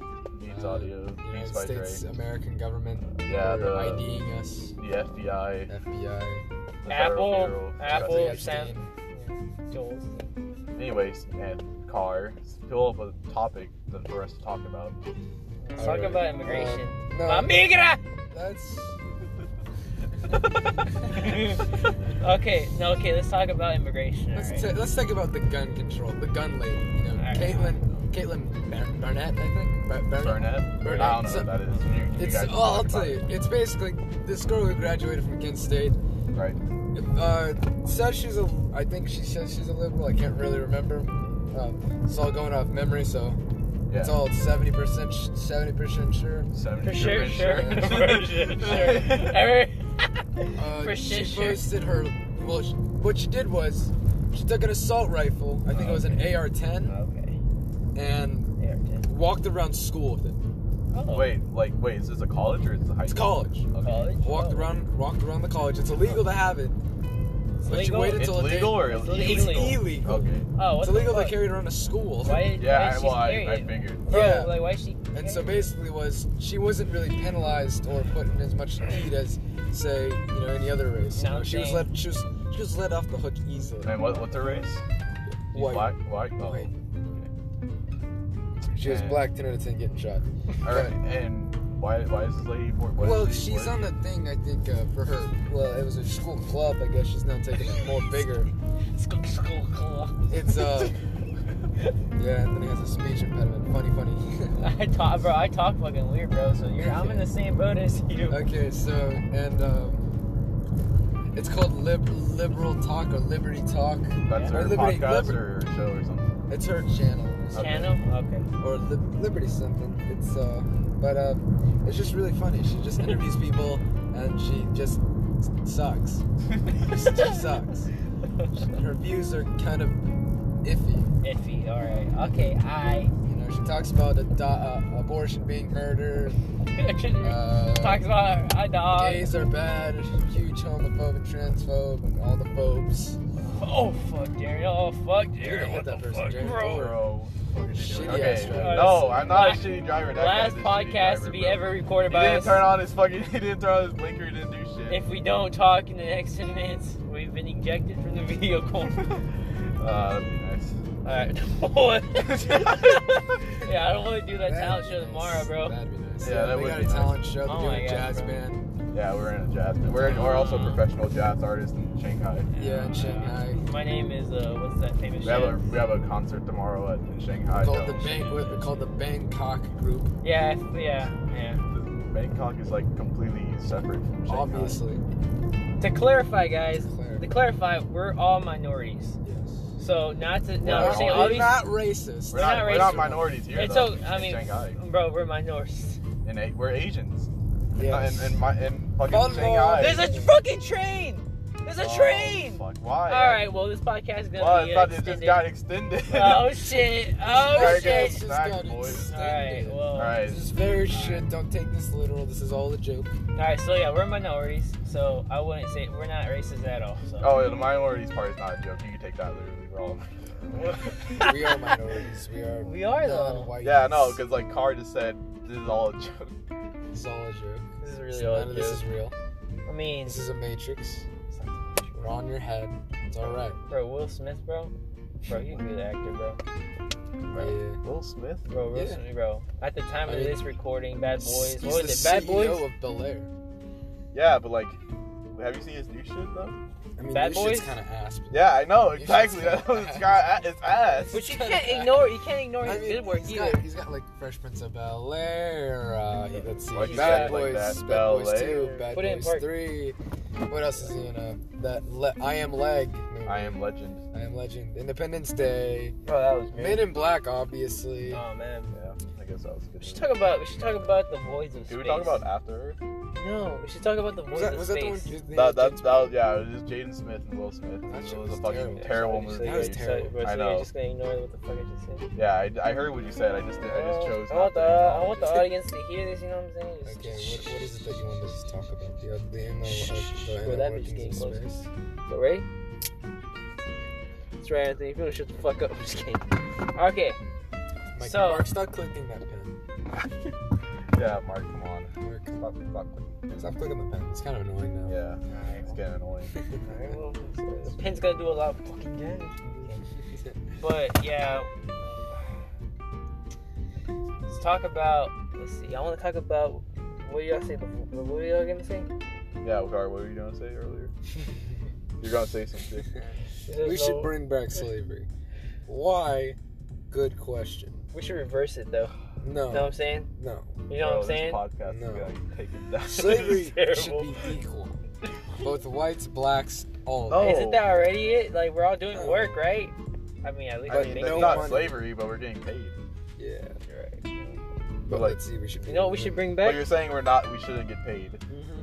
Speaker 4: uh,
Speaker 2: Audio, Beats
Speaker 4: United
Speaker 2: by Dre,
Speaker 4: States American government.
Speaker 2: Yeah,
Speaker 4: for
Speaker 2: the-
Speaker 4: IDing us.
Speaker 2: the FBI,
Speaker 4: FBI.
Speaker 2: the Federal
Speaker 3: Apple,
Speaker 2: Bureau of
Speaker 3: Apple,
Speaker 4: Investigation.
Speaker 3: Sam, Joel's.
Speaker 2: Investigation. Anyways, and car. Fill up a topic that- for us to talk
Speaker 4: [laughs]
Speaker 2: about.
Speaker 4: All
Speaker 3: Let's talk
Speaker 4: right. Uh,
Speaker 3: about immigration.
Speaker 4: No,
Speaker 3: My migra.
Speaker 4: that's
Speaker 3: okay, no, okay, let's talk about immigration.
Speaker 4: let's,
Speaker 3: alright.
Speaker 4: ta- let's think about the gun control, the gun lady. You know,
Speaker 3: Alright.
Speaker 4: Caitlin, Caitlin Bar- Barnett, I think. Bar- Barnett.
Speaker 2: Burnett?
Speaker 4: Burnett.
Speaker 2: I don't know what that is. You, you
Speaker 4: It's
Speaker 2: guys
Speaker 4: oh, I'll
Speaker 2: talk
Speaker 4: tell
Speaker 2: about
Speaker 4: you. It's basically this girl who graduated from Kent State.
Speaker 2: it. Right.
Speaker 4: Uh, says she's a. I think she says she's a liberal. I can't really remember. Um, it's all going off memory, so
Speaker 2: Yeah.
Speaker 4: it's all seventy percent, seventy percent sure.
Speaker 2: 70
Speaker 3: For sure,
Speaker 2: [laughs]
Speaker 3: sure. [laughs]
Speaker 4: sure. [laughs]
Speaker 3: For sure, [laughs] sure. Every-
Speaker 4: Uh,
Speaker 3: For
Speaker 4: she
Speaker 3: shit, sure.
Speaker 4: posted her. Well, sh what she did was she took an assault rifle. I think it was an AR-10,
Speaker 3: Okay.
Speaker 4: and
Speaker 3: There it is.
Speaker 4: walked around school with it.
Speaker 3: Oh,
Speaker 2: Wait, like, wait, is this a college or is it a high
Speaker 4: It's
Speaker 2: school?
Speaker 4: college.
Speaker 2: Okay.
Speaker 3: college?
Speaker 4: Walked
Speaker 3: Oh.
Speaker 4: around, walked around the college. It's illegal to have it.
Speaker 3: It's
Speaker 4: but you
Speaker 3: legal?
Speaker 4: waited
Speaker 2: It's
Speaker 4: till a day-
Speaker 2: legal or
Speaker 3: It's
Speaker 2: illegal?
Speaker 4: It's
Speaker 3: Illegal.
Speaker 4: illegal.
Speaker 2: Okay.
Speaker 3: Oh, what
Speaker 4: It's
Speaker 3: the
Speaker 4: illegal to
Speaker 3: fuck?
Speaker 4: carry it around to school. [laughs]
Speaker 3: Why? why
Speaker 2: Yeah,
Speaker 3: is
Speaker 2: I,
Speaker 3: she
Speaker 2: well, I,
Speaker 3: carrying
Speaker 2: I
Speaker 3: it?
Speaker 2: figured.
Speaker 3: Bro,
Speaker 4: Yeah.
Speaker 3: like, why is she?
Speaker 4: And
Speaker 3: [laughs]
Speaker 4: so basically, was she wasn't really penalized or put in as much heat as, say, you know, any other race.
Speaker 3: No,
Speaker 4: she was
Speaker 3: dang.
Speaker 4: let she was she was let off the hook easily.
Speaker 2: And what, what's her race? She's
Speaker 4: White.
Speaker 2: Black? White? Oh.
Speaker 4: White.
Speaker 2: Okay.
Speaker 4: She was
Speaker 2: And-
Speaker 4: black, ten out of ten, getting shot.
Speaker 2: All right, and why why is this lady for? What
Speaker 4: well,
Speaker 2: does she
Speaker 4: she's
Speaker 2: work?
Speaker 4: on the thing I think uh, for her. Well, it was a school
Speaker 2: [laughs]
Speaker 4: club. I guess she's now taking it more bigger. [laughs]
Speaker 3: School, school, school.
Speaker 2: [laughs]
Speaker 4: It's uh, Yeah, Anthony has a speech impediment. Funny, funny. [laughs]
Speaker 3: I talk, bro. I talk fucking weird, bro. So you're, I'm in the same boat as you.
Speaker 4: okay, so and um, it's called lib- liberal talk or liberty talk.
Speaker 2: That's
Speaker 3: Yeah.
Speaker 2: her
Speaker 4: Or Liberty-
Speaker 2: podcast
Speaker 4: Liberty-
Speaker 2: or her show or something.
Speaker 4: It's her channel
Speaker 2: Okay.
Speaker 3: Channel? Okay. [laughs]
Speaker 4: or lib- liberty something. It's uh, but uh, it's just really funny. She just interviews people and she just
Speaker 2: [laughs]
Speaker 4: sucks. she sucks. Her views are kind of iffy.
Speaker 3: Iffy. All right. Okay. I.
Speaker 4: You know, she talks about ado- uh, abortion being murder.
Speaker 3: [laughs]
Speaker 4: Uh,
Speaker 3: Talks about our dog.
Speaker 4: Gays are bad. Huge homophobe and transphobe and all the phobes.
Speaker 3: Oh fuck, Jerry. Oh fuck, Jerry.
Speaker 4: hit
Speaker 3: What the
Speaker 4: that person,
Speaker 3: fuck,
Speaker 4: Jerry.
Speaker 3: bro?
Speaker 2: Bro, what are you doing?
Speaker 4: Shitty
Speaker 2: Okay,
Speaker 4: ass driver.
Speaker 2: no, I'm not
Speaker 3: Last-
Speaker 2: a shitty driver. That
Speaker 3: Last
Speaker 2: guy's a shitty
Speaker 3: podcast
Speaker 2: driver,
Speaker 3: to be
Speaker 2: bro.
Speaker 3: ever
Speaker 2: He
Speaker 3: recorded by
Speaker 2: didn't
Speaker 3: us.
Speaker 2: turn on his fucking. [laughs] He didn't turn on his blinker. He didn't do shit.
Speaker 3: If we don't talk in the next 10 minutes, we've been ejected from the [laughs] vehicle.
Speaker 2: uh, that'd be nice.
Speaker 4: [laughs]
Speaker 3: Alright. [laughs] What? yeah, I don't want to do that talent show tomorrow, bro.
Speaker 4: That'd be nice.
Speaker 2: Yeah, that
Speaker 4: we
Speaker 2: would
Speaker 4: got
Speaker 2: be
Speaker 4: a
Speaker 2: nice.
Speaker 4: talent show. They're
Speaker 3: Oh my
Speaker 4: doing a
Speaker 3: God,
Speaker 4: jazz
Speaker 3: bro.
Speaker 4: band.
Speaker 2: Yeah, we're in a jazz. band. We're we're also
Speaker 3: Uh.
Speaker 2: professional jazz artists in Shanghai.
Speaker 4: Yeah, in Shanghai.
Speaker 3: My name is, uh, what's that famous
Speaker 2: We have a
Speaker 3: show?
Speaker 2: we have a concert tomorrow at in Shanghai.
Speaker 4: called the
Speaker 2: though.
Speaker 4: Bang- what- called the Bangkok Group.
Speaker 3: Yeah, yeah, yeah.
Speaker 2: Bangkok is like completely separate from Shanghai.
Speaker 4: Obviously.
Speaker 3: To clarify, guys,
Speaker 4: Claire.
Speaker 3: to clarify, we're all minorities.
Speaker 4: Yes.
Speaker 3: So, not to,
Speaker 2: We're
Speaker 3: no, we're
Speaker 2: not
Speaker 3: saying
Speaker 2: all-
Speaker 3: all
Speaker 4: We're
Speaker 3: these.
Speaker 4: not racist.
Speaker 2: We're
Speaker 3: They're
Speaker 2: not,
Speaker 3: not
Speaker 2: we're not
Speaker 3: racist.
Speaker 2: minorities here.
Speaker 3: It's
Speaker 2: though,
Speaker 3: so, I
Speaker 2: in
Speaker 3: mean,
Speaker 2: Shanghai,
Speaker 3: bro, we're minorities.
Speaker 2: and A- we're Asians.
Speaker 4: Yes.
Speaker 2: And, and my and fucking
Speaker 4: Fun
Speaker 2: Shanghai.
Speaker 4: world.
Speaker 3: There's a fucking train! There's a
Speaker 2: Oh,
Speaker 3: train!
Speaker 2: fuck, why?
Speaker 3: Alright, well, this podcast is gonna
Speaker 2: Well,
Speaker 3: be
Speaker 2: it's
Speaker 3: uh,
Speaker 2: not, it just
Speaker 3: extended.
Speaker 2: got extended. [laughs]
Speaker 3: [laughs] Oh shit! Oh
Speaker 2: Very
Speaker 4: This
Speaker 2: good.
Speaker 3: shit!
Speaker 4: just
Speaker 2: Back,
Speaker 4: got
Speaker 2: boys.
Speaker 4: extended.
Speaker 3: Alright, well.
Speaker 2: Alright.
Speaker 4: This is very shit. Don't take this literal. This is all a joke.
Speaker 3: Alright, so yeah, we're minorities, so I wouldn't say we're not racist at all. So.
Speaker 2: Oh, yeah, the minorities part is not a joke. You can take that literally. We're [laughs] all
Speaker 4: Oh,
Speaker 3: [laughs]
Speaker 4: We are minorities. We are.
Speaker 3: We are, though.
Speaker 4: non-whites.
Speaker 2: yeah, no, because like Carr just said, this is all a joke.
Speaker 4: it's all a joke.
Speaker 3: This is
Speaker 4: It's
Speaker 3: really
Speaker 4: None
Speaker 3: all
Speaker 4: of this
Speaker 3: good.
Speaker 4: is real.
Speaker 3: I mean,
Speaker 4: This is a matrix. We're on your head. It's all right.
Speaker 3: bro, Will Smith, bro. Bro, he's a good actor, bro.
Speaker 4: Yeah.
Speaker 2: Will Smith?
Speaker 3: Bro, Will
Speaker 4: Yeah.
Speaker 3: Smith, bro. At the time
Speaker 4: I
Speaker 3: of
Speaker 4: mean,
Speaker 3: this recording, Bad Boys.
Speaker 4: He's
Speaker 3: What
Speaker 4: the
Speaker 3: was it? Bad
Speaker 4: CEO
Speaker 3: Boys?
Speaker 4: of Bel Air.
Speaker 2: Yeah, but like, have you seen his new shit though?
Speaker 4: I mean,
Speaker 3: Bad
Speaker 4: this shit's
Speaker 3: Boys?
Speaker 4: kind of ass. but-
Speaker 2: Yeah, I know
Speaker 4: You should
Speaker 2: exactly. [laughs]
Speaker 4: say
Speaker 2: That's what it's
Speaker 4: ass.
Speaker 2: got. It's ass.
Speaker 3: But you can't ignore you can't ignore
Speaker 4: I
Speaker 3: his
Speaker 4: mean,
Speaker 3: good work
Speaker 4: he's
Speaker 3: either.
Speaker 4: got, he's got like Fresh Prince of Bel Air. Uh, he- let's see,
Speaker 2: Why'd
Speaker 3: you say
Speaker 4: Bad
Speaker 3: it
Speaker 2: like
Speaker 4: Boys,
Speaker 2: that?
Speaker 4: Bad
Speaker 2: Bel
Speaker 4: Boys Two,
Speaker 2: Air.
Speaker 4: Bad
Speaker 3: Put it in
Speaker 4: Boys
Speaker 3: park.
Speaker 4: Three. What else is he in? Uh, that le- I Am Leg. movie.
Speaker 2: I am legend.
Speaker 4: I Am Legend. Independence Day.
Speaker 3: Bro, that was
Speaker 4: Men in Black, obviously.
Speaker 3: Oh man.
Speaker 2: Yeah, I guess that was
Speaker 3: We
Speaker 2: good.
Speaker 3: should talk about we should talk about the voids of space.
Speaker 2: Did we talk about After Earth?
Speaker 3: No, we should talk about the
Speaker 4: was
Speaker 3: voids
Speaker 4: that,
Speaker 3: of
Speaker 4: was that the one?
Speaker 3: space.
Speaker 2: That, that, that was, yeah, it was Jaden Smith and Will Smith.
Speaker 4: That
Speaker 2: it
Speaker 4: shit
Speaker 2: was,
Speaker 4: was
Speaker 2: a fucking
Speaker 4: terrible.
Speaker 2: terrible,
Speaker 3: So
Speaker 2: movie.
Speaker 3: you-
Speaker 4: That was
Speaker 3: so-
Speaker 4: terrible.
Speaker 3: bro, so
Speaker 2: I know.
Speaker 3: You're just gonna ignore what the fuck I just said.
Speaker 2: Yeah, I, I heard what you said. I just I just chose.
Speaker 3: Oh, I
Speaker 2: not
Speaker 3: want
Speaker 2: to
Speaker 3: the I
Speaker 2: acknowledge
Speaker 3: want the
Speaker 2: it. [laughs]
Speaker 3: audience to hear this. You know what I'm saying? Just-
Speaker 4: Okay, what, what is it that you want us to talk about? The, the, inner- the,
Speaker 3: Bro,
Speaker 4: inner
Speaker 3: that bitch
Speaker 4: workings
Speaker 3: getting
Speaker 4: of
Speaker 3: closer.
Speaker 4: space.
Speaker 3: So, ready? That's right, Anthony. If you don't shut the fuck up, [laughs] I'm just kidding. Okay,
Speaker 4: Mike,
Speaker 3: So-
Speaker 4: Mark, stop clicking that pen.
Speaker 2: [laughs]
Speaker 3: [laughs]
Speaker 2: Yeah, Mark, come on.
Speaker 4: Mark,
Speaker 2: Stop, stop clicking.
Speaker 4: stop clicking the pen. It's kind of annoying now.
Speaker 2: Yeah, it's getting annoying.
Speaker 4: [laughs]
Speaker 3: the pin's gonna do a lot of fucking damage. But yeah, let's talk about. Let's see. I want to talk about. What y'all say before? What y'all gonna say?
Speaker 2: Yeah, Wakar, what were you gonna say earlier? You're gonna say something.
Speaker 4: we should bring back slavery. Why? Good question.
Speaker 3: We should reverse it though.
Speaker 4: No,
Speaker 3: You know what
Speaker 4: no.
Speaker 3: I'm saying? [laughs] You know what I'm
Speaker 2: This
Speaker 3: saying?
Speaker 2: podcast
Speaker 4: No.
Speaker 2: is gonna take it down.
Speaker 4: [laughs]
Speaker 3: [laughs]
Speaker 4: Slavery
Speaker 3: This is
Speaker 4: should be equal. Both whites, blacks, all.
Speaker 2: Oh.
Speaker 3: Isn't that already it? Like we're all doing
Speaker 4: No.
Speaker 3: work, right? I mean, at least
Speaker 2: [laughs] I
Speaker 3: I
Speaker 4: But
Speaker 2: mean,
Speaker 3: think
Speaker 2: that's
Speaker 4: no
Speaker 2: not
Speaker 4: one-
Speaker 2: slavery, but we're getting paid.
Speaker 4: Yeah,
Speaker 3: you're right.
Speaker 4: but,
Speaker 2: But, like-
Speaker 4: let's see. We should.
Speaker 3: You know what we should bring
Speaker 2: But
Speaker 3: back? Mm-hmm.
Speaker 2: you're saying we're not. We shouldn't get paid.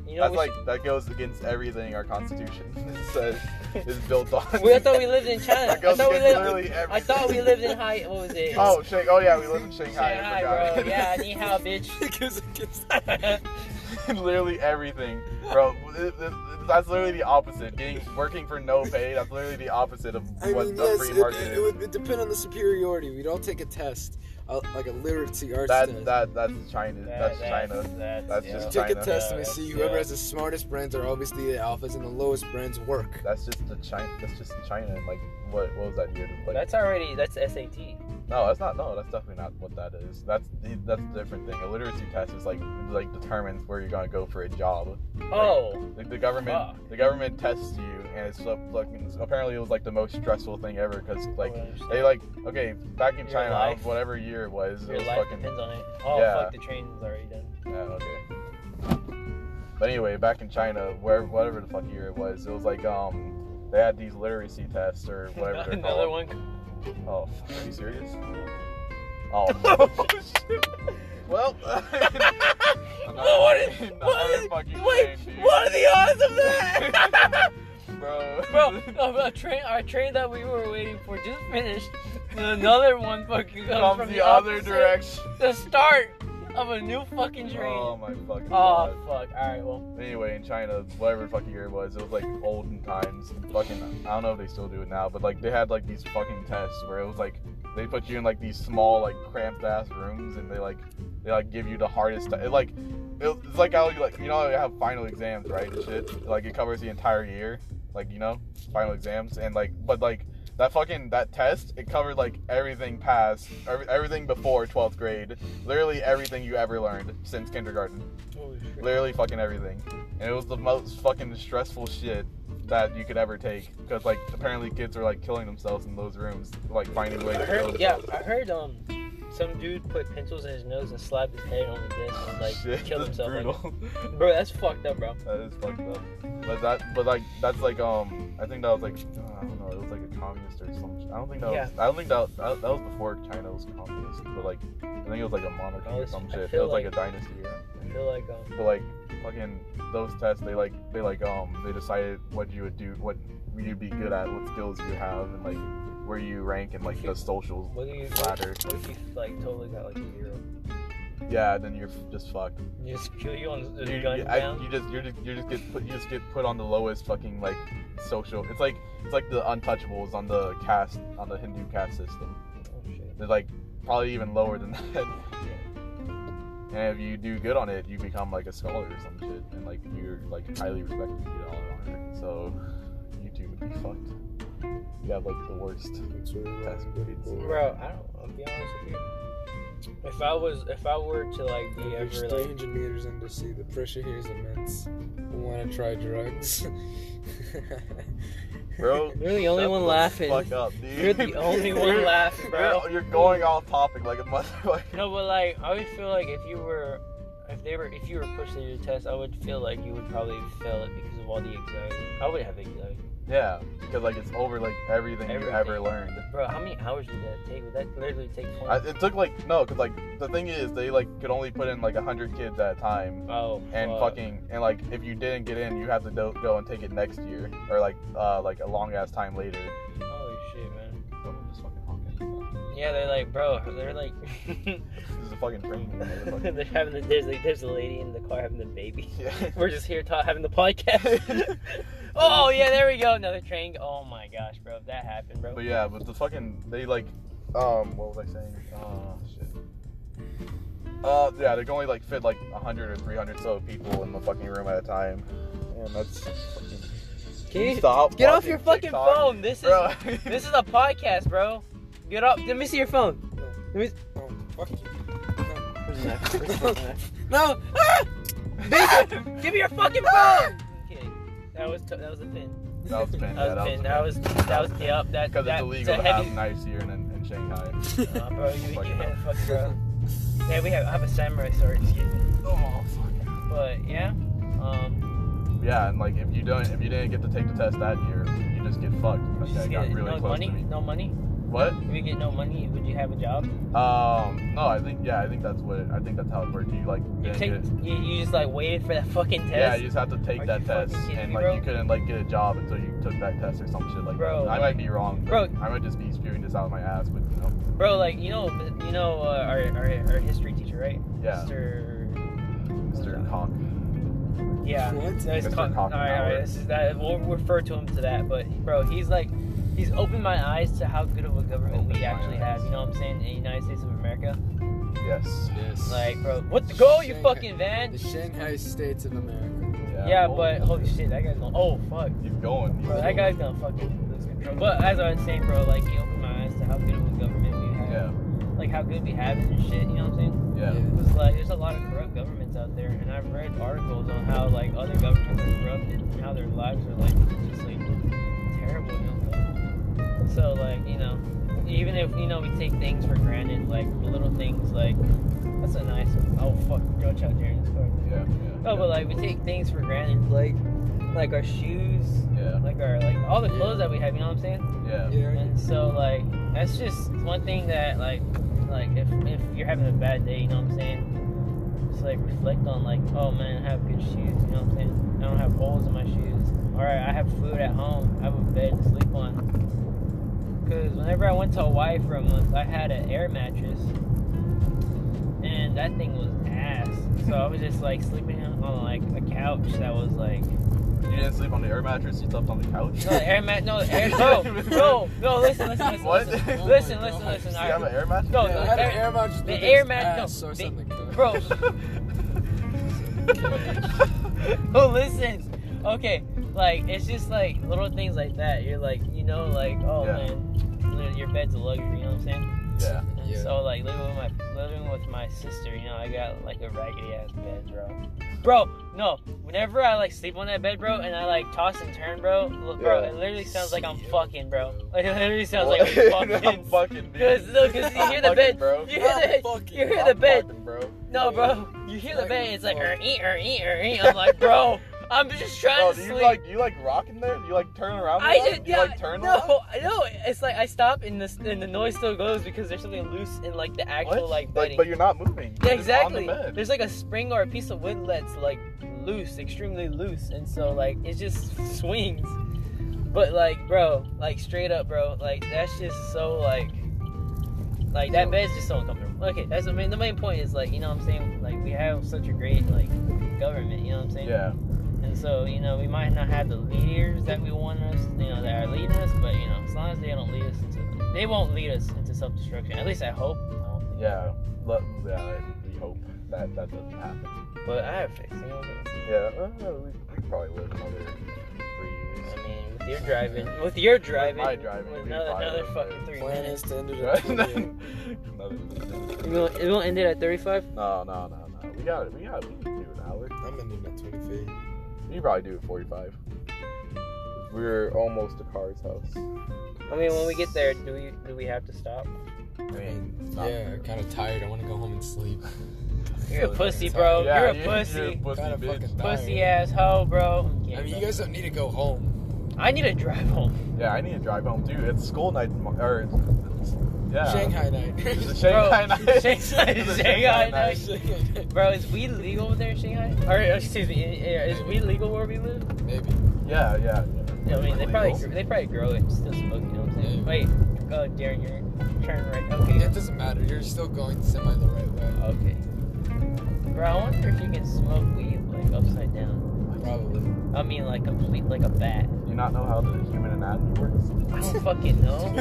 Speaker 3: You know,
Speaker 2: That's
Speaker 3: we,
Speaker 2: like that goes against everything our constitution [laughs] says is built on. [laughs]
Speaker 3: should- [laughs] we I thought we lived
Speaker 4: [laughs]
Speaker 3: in China.
Speaker 2: that
Speaker 3: I
Speaker 2: goes
Speaker 3: thought we
Speaker 2: against
Speaker 3: lived.
Speaker 2: literally everything.
Speaker 3: I thought we lived in high. What was it?
Speaker 2: Oh, Shang- oh yeah, we live in Shanghai.
Speaker 3: Shanghai,
Speaker 2: I [laughs]
Speaker 3: bro.
Speaker 2: forgot.
Speaker 3: Yeah, ni hao,
Speaker 2: [laughs]
Speaker 3: bitch.
Speaker 4: Because against
Speaker 2: literally everything, bro. Th- th- That's literally the opposite. Getting working for no pay. That's literally the opposite of
Speaker 4: I
Speaker 2: what
Speaker 4: mean,
Speaker 2: the
Speaker 4: yes,
Speaker 2: free
Speaker 4: it,
Speaker 2: market
Speaker 4: it,
Speaker 2: is.
Speaker 4: it would it depend on the superiority. We'd all take a test, uh, like a literacy arts
Speaker 2: that
Speaker 4: test.
Speaker 2: that that's China.
Speaker 3: That-
Speaker 2: that's China.
Speaker 3: That's,
Speaker 2: That's
Speaker 3: yeah.
Speaker 4: we
Speaker 2: just-
Speaker 4: take a
Speaker 2: China.
Speaker 4: test and we
Speaker 3: Yeah,
Speaker 4: see
Speaker 3: that's-
Speaker 4: whoever
Speaker 3: yeah.
Speaker 4: has the smartest brains are obviously the alphas and the lowest brains work.
Speaker 2: That's just the China. That's just China. and, Like what what was that year? Like
Speaker 3: That's already. That's SAT.
Speaker 2: No, that's not. No, that's definitely not what that is. That's that's a different thing. A literacy test is like like determines where you're gonna go for a job.
Speaker 3: Oh,
Speaker 2: Like the government,
Speaker 3: Fuck.
Speaker 2: the government tests you, and it's so fucking. Apparently, it was like the most stressful thing ever because like they like okay back in
Speaker 3: Your
Speaker 2: China,
Speaker 3: life-
Speaker 2: whatever year it was, it
Speaker 3: oh, your
Speaker 2: was
Speaker 3: life
Speaker 2: fucking.
Speaker 3: depends on it. Oh
Speaker 2: yeah.
Speaker 3: fuck, the train's already done.
Speaker 2: Yeah, okay. But anyway, back in China, where whatever the fuck year it was, it was like um they had these literacy tests or
Speaker 3: [laughs]
Speaker 2: whatever they're
Speaker 3: Another
Speaker 2: called.
Speaker 3: one.
Speaker 2: [laughs] Oh, fuck, are you
Speaker 3: [laughs]
Speaker 2: serious? Oh. well, [laughs] I'm not-
Speaker 3: What is-
Speaker 2: I'm not
Speaker 3: what is-
Speaker 2: fucking
Speaker 3: Wait,
Speaker 2: saying, dude.
Speaker 3: what are the odds of that? [laughs]
Speaker 2: bro? [laughs]
Speaker 3: Bro, a, a train, our train that we were waiting for just finished, and another one fucking comes,
Speaker 2: comes
Speaker 3: from
Speaker 2: the, other
Speaker 3: opposite-
Speaker 2: direction.
Speaker 3: The start of a new fucking train.
Speaker 2: Oh
Speaker 3: Oh,
Speaker 2: my fucking god.
Speaker 3: fuck. All right, well,
Speaker 2: Anyway, in China, whatever the fucking year it was, it was like olden times. Fucking, I don't know if they still do it now, but like they had like these fucking tests where it was like they put you in like these small, like cramped ass rooms, and they like they like give you the hardest. T- it, like it, it's like how like you know how you have final exams, right? and Shit, like it covers the entire year, like you know final exams, and like but like that fucking that test, it covered like everything past every, everything before twelfth grade, literally everything you ever learned since kindergarten
Speaker 3: holy shit.
Speaker 2: literally fucking everything. And it was the most fucking stressful shit that you could ever take because like apparently kids are like killing themselves in those rooms, like finding ways
Speaker 3: I
Speaker 2: to kill
Speaker 3: heard, yeah,
Speaker 2: themselves.
Speaker 3: I heard um, some dude put pencils in his nose and slapped his head on the desk and
Speaker 2: [laughs]
Speaker 3: like
Speaker 2: shit,
Speaker 3: killed
Speaker 2: that's
Speaker 3: himself.
Speaker 2: brutal. [laughs]
Speaker 3: Like, bro, that's fucked up, bro.
Speaker 2: that is fucked up. But that, but like that's like um, I think that was like I don't know, it was like a communist or something. I don't think that was. I don't think that that, that was before China was communist, but like I think it was like a monarchy
Speaker 3: I
Speaker 2: or
Speaker 3: was-
Speaker 2: some
Speaker 3: I
Speaker 2: shit. It
Speaker 3: feel
Speaker 2: was like,
Speaker 3: like-
Speaker 2: a dynasty. Yeah.
Speaker 3: I feel like um,
Speaker 2: But like fucking those tests, they like they like um they decided what you would do, what you'd be good at, what skills you have, and like where you rank in like the social
Speaker 3: what do you
Speaker 2: ladder.
Speaker 3: What if you like totally got like a zero?
Speaker 2: Yeah, then you're f- just fucked.
Speaker 3: You just kill you on the
Speaker 2: You, you,
Speaker 3: gun
Speaker 2: I,
Speaker 3: down.
Speaker 2: you just you just you just get put you just get put on the lowest fucking like social. It's like it's like the untouchables on the caste on the Hindu caste system.
Speaker 3: oh shit.
Speaker 2: They're like probably even lower than [laughs] that. And if you do good on it, you become like a scholar or some shit, and like you're like highly respected, you get all the honor. So you two would be fucked. You have like the worst. That's
Speaker 3: Bro, I don't. I'll be honest with you. If I was, if I were to like be
Speaker 4: There's
Speaker 3: ever
Speaker 4: 300
Speaker 3: like,
Speaker 4: meters under sea. The pressure here is immense. I want to try drugs. [laughs]
Speaker 2: Bro,
Speaker 3: [laughs] you're the only
Speaker 2: shut
Speaker 3: one
Speaker 2: the
Speaker 3: laughing.
Speaker 2: Fuck up, dude. [laughs]
Speaker 3: You're the only one
Speaker 2: You're-
Speaker 3: laughing, bro.
Speaker 2: You're, you're going off topic like a motherfucker. [laughs]
Speaker 3: No, but like I would feel like if you were, if they were, if you were pushed to do the test, I would feel like you would probably fail it because of all the anxiety. I would have anxiety,
Speaker 2: Yeah, because like it's over like everything,
Speaker 3: Everything.
Speaker 2: you ever learned.
Speaker 3: bro. How many hours would that take? Would that literally take? 20?
Speaker 2: I, it took like no, because like the thing is they like could only put in like hundred kids at a time.
Speaker 3: oh,
Speaker 2: and
Speaker 3: fuck.
Speaker 2: fucking and like if you didn't get in you have to do- go and take it next year or like uh like a long ass time later
Speaker 3: Holy shit, man.
Speaker 2: Someone just fucking honking.
Speaker 3: Yeah, they're like, bro.
Speaker 2: [laughs]
Speaker 3: They're like, [laughs]
Speaker 2: this is a fucking train motherfucker.
Speaker 3: they're having the there's like there's a lady in the car having the baby. [laughs]
Speaker 2: yeah
Speaker 3: We're just here ta- having the podcast. [laughs]
Speaker 2: [laughs]
Speaker 3: oh yeah, there we go. Another train. Oh my gosh, bro, if that happened, bro.
Speaker 2: but yeah but the fucking they like um what was i saying uh shit uh yeah they can only like fit like 100 or 300 so people in the fucking room at a time and that's fucking
Speaker 3: Can you
Speaker 2: stop
Speaker 3: get off your fucking
Speaker 2: TikTok?
Speaker 3: phone? This is
Speaker 2: bro [laughs]
Speaker 3: This is a podcast, bro. Get up. Let me see
Speaker 2: [laughs]
Speaker 3: your phone.
Speaker 4: oh, fuck you.
Speaker 3: Where's
Speaker 4: the knife? Where's the fucking
Speaker 3: knife? No! Ah! Bitch! Give me
Speaker 2: [laughs]
Speaker 3: your fucking phone! Okay. That was t- that was a pin.
Speaker 2: that was banned,
Speaker 3: That was
Speaker 2: yeah,
Speaker 3: a pin. That was that was the up. That
Speaker 2: because
Speaker 3: that,
Speaker 2: it's illegal to
Speaker 3: that heavy.
Speaker 2: have knives here in, in Shanghai.
Speaker 3: [laughs] Nah, bro, you, you
Speaker 2: Fucking
Speaker 3: had
Speaker 2: up.
Speaker 3: fuck, bro. Yeah, we have I have a samurai sword. Excuse me.
Speaker 2: Oh fuck.
Speaker 3: But yeah, um,
Speaker 2: Yeah, and like if you don't, if you didn't get to take the test that year, you just get fucked.
Speaker 3: you
Speaker 2: That guy
Speaker 3: just
Speaker 2: got
Speaker 3: get
Speaker 2: really
Speaker 3: no
Speaker 2: close
Speaker 3: money.
Speaker 2: to me.
Speaker 3: No money.
Speaker 2: What?
Speaker 3: If you get no money, would you have a job?
Speaker 2: Um, no, I think yeah, I think that's what it, I think that's how it worked. You like
Speaker 3: You
Speaker 2: didn't
Speaker 3: take.
Speaker 2: get-
Speaker 3: You, you just like waited for that fucking test.
Speaker 2: yeah, you just have to take
Speaker 3: Are
Speaker 2: that
Speaker 3: you fucking
Speaker 2: test,
Speaker 3: kidding
Speaker 2: and
Speaker 3: me,
Speaker 2: like
Speaker 3: bro?
Speaker 2: you couldn't like get a job until you took that test or some shit like
Speaker 3: Bro,
Speaker 2: that. I
Speaker 3: like-
Speaker 2: might be wrong,
Speaker 3: bro.
Speaker 2: but I might just be spewing this out of my ass, but you know,
Speaker 3: Bro, like you know, you know uh, our, our our history teacher, right?
Speaker 2: yeah,
Speaker 3: Mr.
Speaker 2: Mr. Cock.
Speaker 3: [laughs] Yeah.
Speaker 4: What?
Speaker 3: No, it's
Speaker 2: Mr.
Speaker 3: called-
Speaker 2: Cock
Speaker 3: all right, all
Speaker 2: Power.
Speaker 3: right. This is that. We'll refer to him to that. But bro, he's like, he's opened my eyes to how good of a government
Speaker 2: Opened
Speaker 3: we
Speaker 2: my
Speaker 3: actually
Speaker 2: eyes.
Speaker 3: have. You know what I'm saying? In the United States of America.
Speaker 2: Yes.
Speaker 4: Yes.
Speaker 3: Like, bro, what the go? You
Speaker 4: Shanghai-
Speaker 3: fucking van.
Speaker 4: The Shanghai States of America.
Speaker 2: Yeah.
Speaker 3: Yeah,
Speaker 2: Oh,
Speaker 3: but holy shit, that guy's going. Oh fuck,
Speaker 2: He's going. He's
Speaker 3: bro, that
Speaker 2: going.
Speaker 3: guy's gonna fucking lose control. But as I was saying, bro, like he opened my eyes to how good of a government we have.
Speaker 2: Yeah.
Speaker 3: like how good we have it and shit. You know what I'm saying?
Speaker 2: Yeah.
Speaker 4: Yeah.
Speaker 3: Because like there's a lot of corrupt governments out there, and I've read articles on how like other governments are corrupted and how their lives are like just like terrible. You know. what I'm saying? So like you know, even if you know we take things for granted, like little things like that's a nice. Oh fuck, go out there in this car.
Speaker 2: Yeah.
Speaker 3: No, but like we take things for granted, like like our shoes,
Speaker 2: Yeah.
Speaker 3: like our like all the
Speaker 4: Yeah.
Speaker 3: clothes that we have. You know what I'm saying?
Speaker 2: Yeah.
Speaker 4: Yeah.
Speaker 3: And so like that's just one thing that like like if if you're having a bad day, you know what I'm saying? Just like reflect on like oh man, I have good shoes. You know what I'm saying? I don't have holes in my shoes. All right, I have food at home. I have a bed to sleep on. Cause whenever I went to Hawaii for a month, I had an air mattress, and that thing was ass. So I was just like sleeping on like a couch that was like
Speaker 2: You didn't sleep on the air mattress. [laughs] You slept on the couch.
Speaker 3: no, the air mat. No, the air. No, no, no. Listen, listen, listen.
Speaker 2: What?
Speaker 3: Listen,
Speaker 2: Oh
Speaker 4: my
Speaker 3: listen,
Speaker 4: God.
Speaker 3: listen, listen.
Speaker 2: You
Speaker 3: all
Speaker 2: have
Speaker 3: right.
Speaker 2: an air mattress.
Speaker 3: No,
Speaker 4: Yeah, I
Speaker 3: the
Speaker 4: had an
Speaker 3: air-
Speaker 4: air mattress.
Speaker 3: the
Speaker 4: with
Speaker 3: air
Speaker 4: its
Speaker 3: mat- no,
Speaker 4: ass or
Speaker 3: the-
Speaker 4: something.
Speaker 3: Bro, who listens? Okay, like it's just like little things like that. You're like, you know, like oh
Speaker 2: Yeah.
Speaker 3: man, li- your bed's a luxury. You know what I'm saying?
Speaker 2: Yeah.
Speaker 3: And
Speaker 4: Yeah.
Speaker 3: So like living with my living with my sister, you know, I got like a raggedy ass bed, bro. Bro, no. Whenever I like sleep on that bed, bro, and I like toss and turn, bro, l- bro,
Speaker 2: Yeah.
Speaker 3: it literally sounds like I'm
Speaker 4: Yeah.
Speaker 3: fucking, bro. Like it literally sounds
Speaker 2: What?
Speaker 3: like [laughs]
Speaker 2: [laughs]
Speaker 3: I'm fucking.
Speaker 2: I'm fucking.
Speaker 3: Cause,
Speaker 2: dude.
Speaker 3: no, 'cause you
Speaker 2: I'm
Speaker 3: hear the
Speaker 2: fucking,
Speaker 3: bed.
Speaker 2: bro.
Speaker 3: You hear the,
Speaker 4: fucking-
Speaker 3: you hear the
Speaker 2: I'm
Speaker 3: bed.
Speaker 2: fucking, bro.
Speaker 3: No, bro. You hear the band? It's like
Speaker 4: Like,
Speaker 3: er ee er ee er ee. I'm like, bro. I'm just trying
Speaker 2: Bro,
Speaker 3: to
Speaker 2: do you
Speaker 3: sleep.
Speaker 2: like you like rocking there? You like turn around? a
Speaker 3: I
Speaker 2: lot?
Speaker 3: just
Speaker 2: you
Speaker 3: yeah,
Speaker 2: like turn
Speaker 3: no,
Speaker 2: around?
Speaker 3: I know. It's like I stop and this and the noise still goes because there's something loose in like the actual
Speaker 2: What?
Speaker 3: like bedding.
Speaker 2: but you're not moving.
Speaker 3: yeah,
Speaker 2: You're just on the
Speaker 3: exactly.
Speaker 2: bed.
Speaker 3: There's like a spring or a piece of wood that's like loose, extremely loose, and so like it just swings. But like, bro, like straight up, bro, like that's just so like, like that
Speaker 4: So-
Speaker 3: bed's just so uncomfortable. Okay, that's the main. The main point is like, you know what I'm saying? Like we have such a great like government, you know what I'm saying?
Speaker 2: Yeah.
Speaker 3: And so, you know, we might not have the leaders that we want us, you know, that are leading us, but you know, as long as they don't lead us into, they won't lead us into self-destruction. At least I hope. I hope.
Speaker 2: Yeah. Let, yeah. I- We hope that that doesn't happen.
Speaker 3: But I have faith. You know, I
Speaker 2: Yeah. Well, we, we probably live another three years.
Speaker 3: mean, with your driving, with your driving,
Speaker 2: my driving,
Speaker 3: with
Speaker 2: we
Speaker 3: another,
Speaker 2: probably
Speaker 3: another
Speaker 2: live there.
Speaker 3: fucking three
Speaker 4: Plan is
Speaker 3: minutes.
Speaker 4: to end it at
Speaker 2: [laughs] Another-
Speaker 4: [laughs] 38.
Speaker 3: We will, we will end it at 35.
Speaker 2: No, no, no, no. We got it. We got. We can do an hour.
Speaker 4: I'm ending at 28.
Speaker 2: We can probably do it forty-five. We're almost to Car's house.
Speaker 3: I mean, when we get there, do we do we have to stop?
Speaker 4: I mean,
Speaker 2: Stop.
Speaker 4: yeah, I'm kind of tired. I want to go home and sleep.
Speaker 3: You're a pussy,
Speaker 4: tired.
Speaker 3: bro.
Speaker 2: Yeah,
Speaker 3: Oh, you're a
Speaker 2: you-
Speaker 3: pussy,
Speaker 2: You're a pussy,
Speaker 4: Kinda
Speaker 2: bitch.
Speaker 4: fucking tired.
Speaker 3: pussy ass hoe, bro. I'm kidding,
Speaker 4: I mean, you
Speaker 3: bro.
Speaker 4: guys don't need to go home.
Speaker 3: I need to drive home.
Speaker 2: Yeah, I need to drive home too. It's school night, tomorrow- or it's, it's, yeah.
Speaker 4: Shanghai night.
Speaker 2: [laughs]
Speaker 4: [laughs]
Speaker 2: It's a
Speaker 3: Bro,
Speaker 2: Shanghai night.
Speaker 3: Shanghai-
Speaker 2: [laughs] It's a
Speaker 3: Shanghai night.
Speaker 4: Shanghai night.
Speaker 3: Bro, is weed legal over there in Shanghai? Or uh, excuse me, i- i- is weed legal where we live?
Speaker 4: Maybe.
Speaker 2: Yeah, yeah. yeah.
Speaker 3: Yeah, I mean, they probably
Speaker 2: Illegal.
Speaker 3: they probably grow it, and still smoke. You know what I'm saying?
Speaker 4: Yeah.
Speaker 3: Wait, oh Darren, you're turning right. Okay,
Speaker 4: It doesn't matter. You're still going semi the right way.
Speaker 3: okay. Bro, I wonder if you can smoke weed like upside down.
Speaker 4: Probably.
Speaker 3: I mean, like complete like a bat.
Speaker 2: You not know how the human anatomy works?
Speaker 3: I don't fucking
Speaker 2: [laughs]
Speaker 3: know.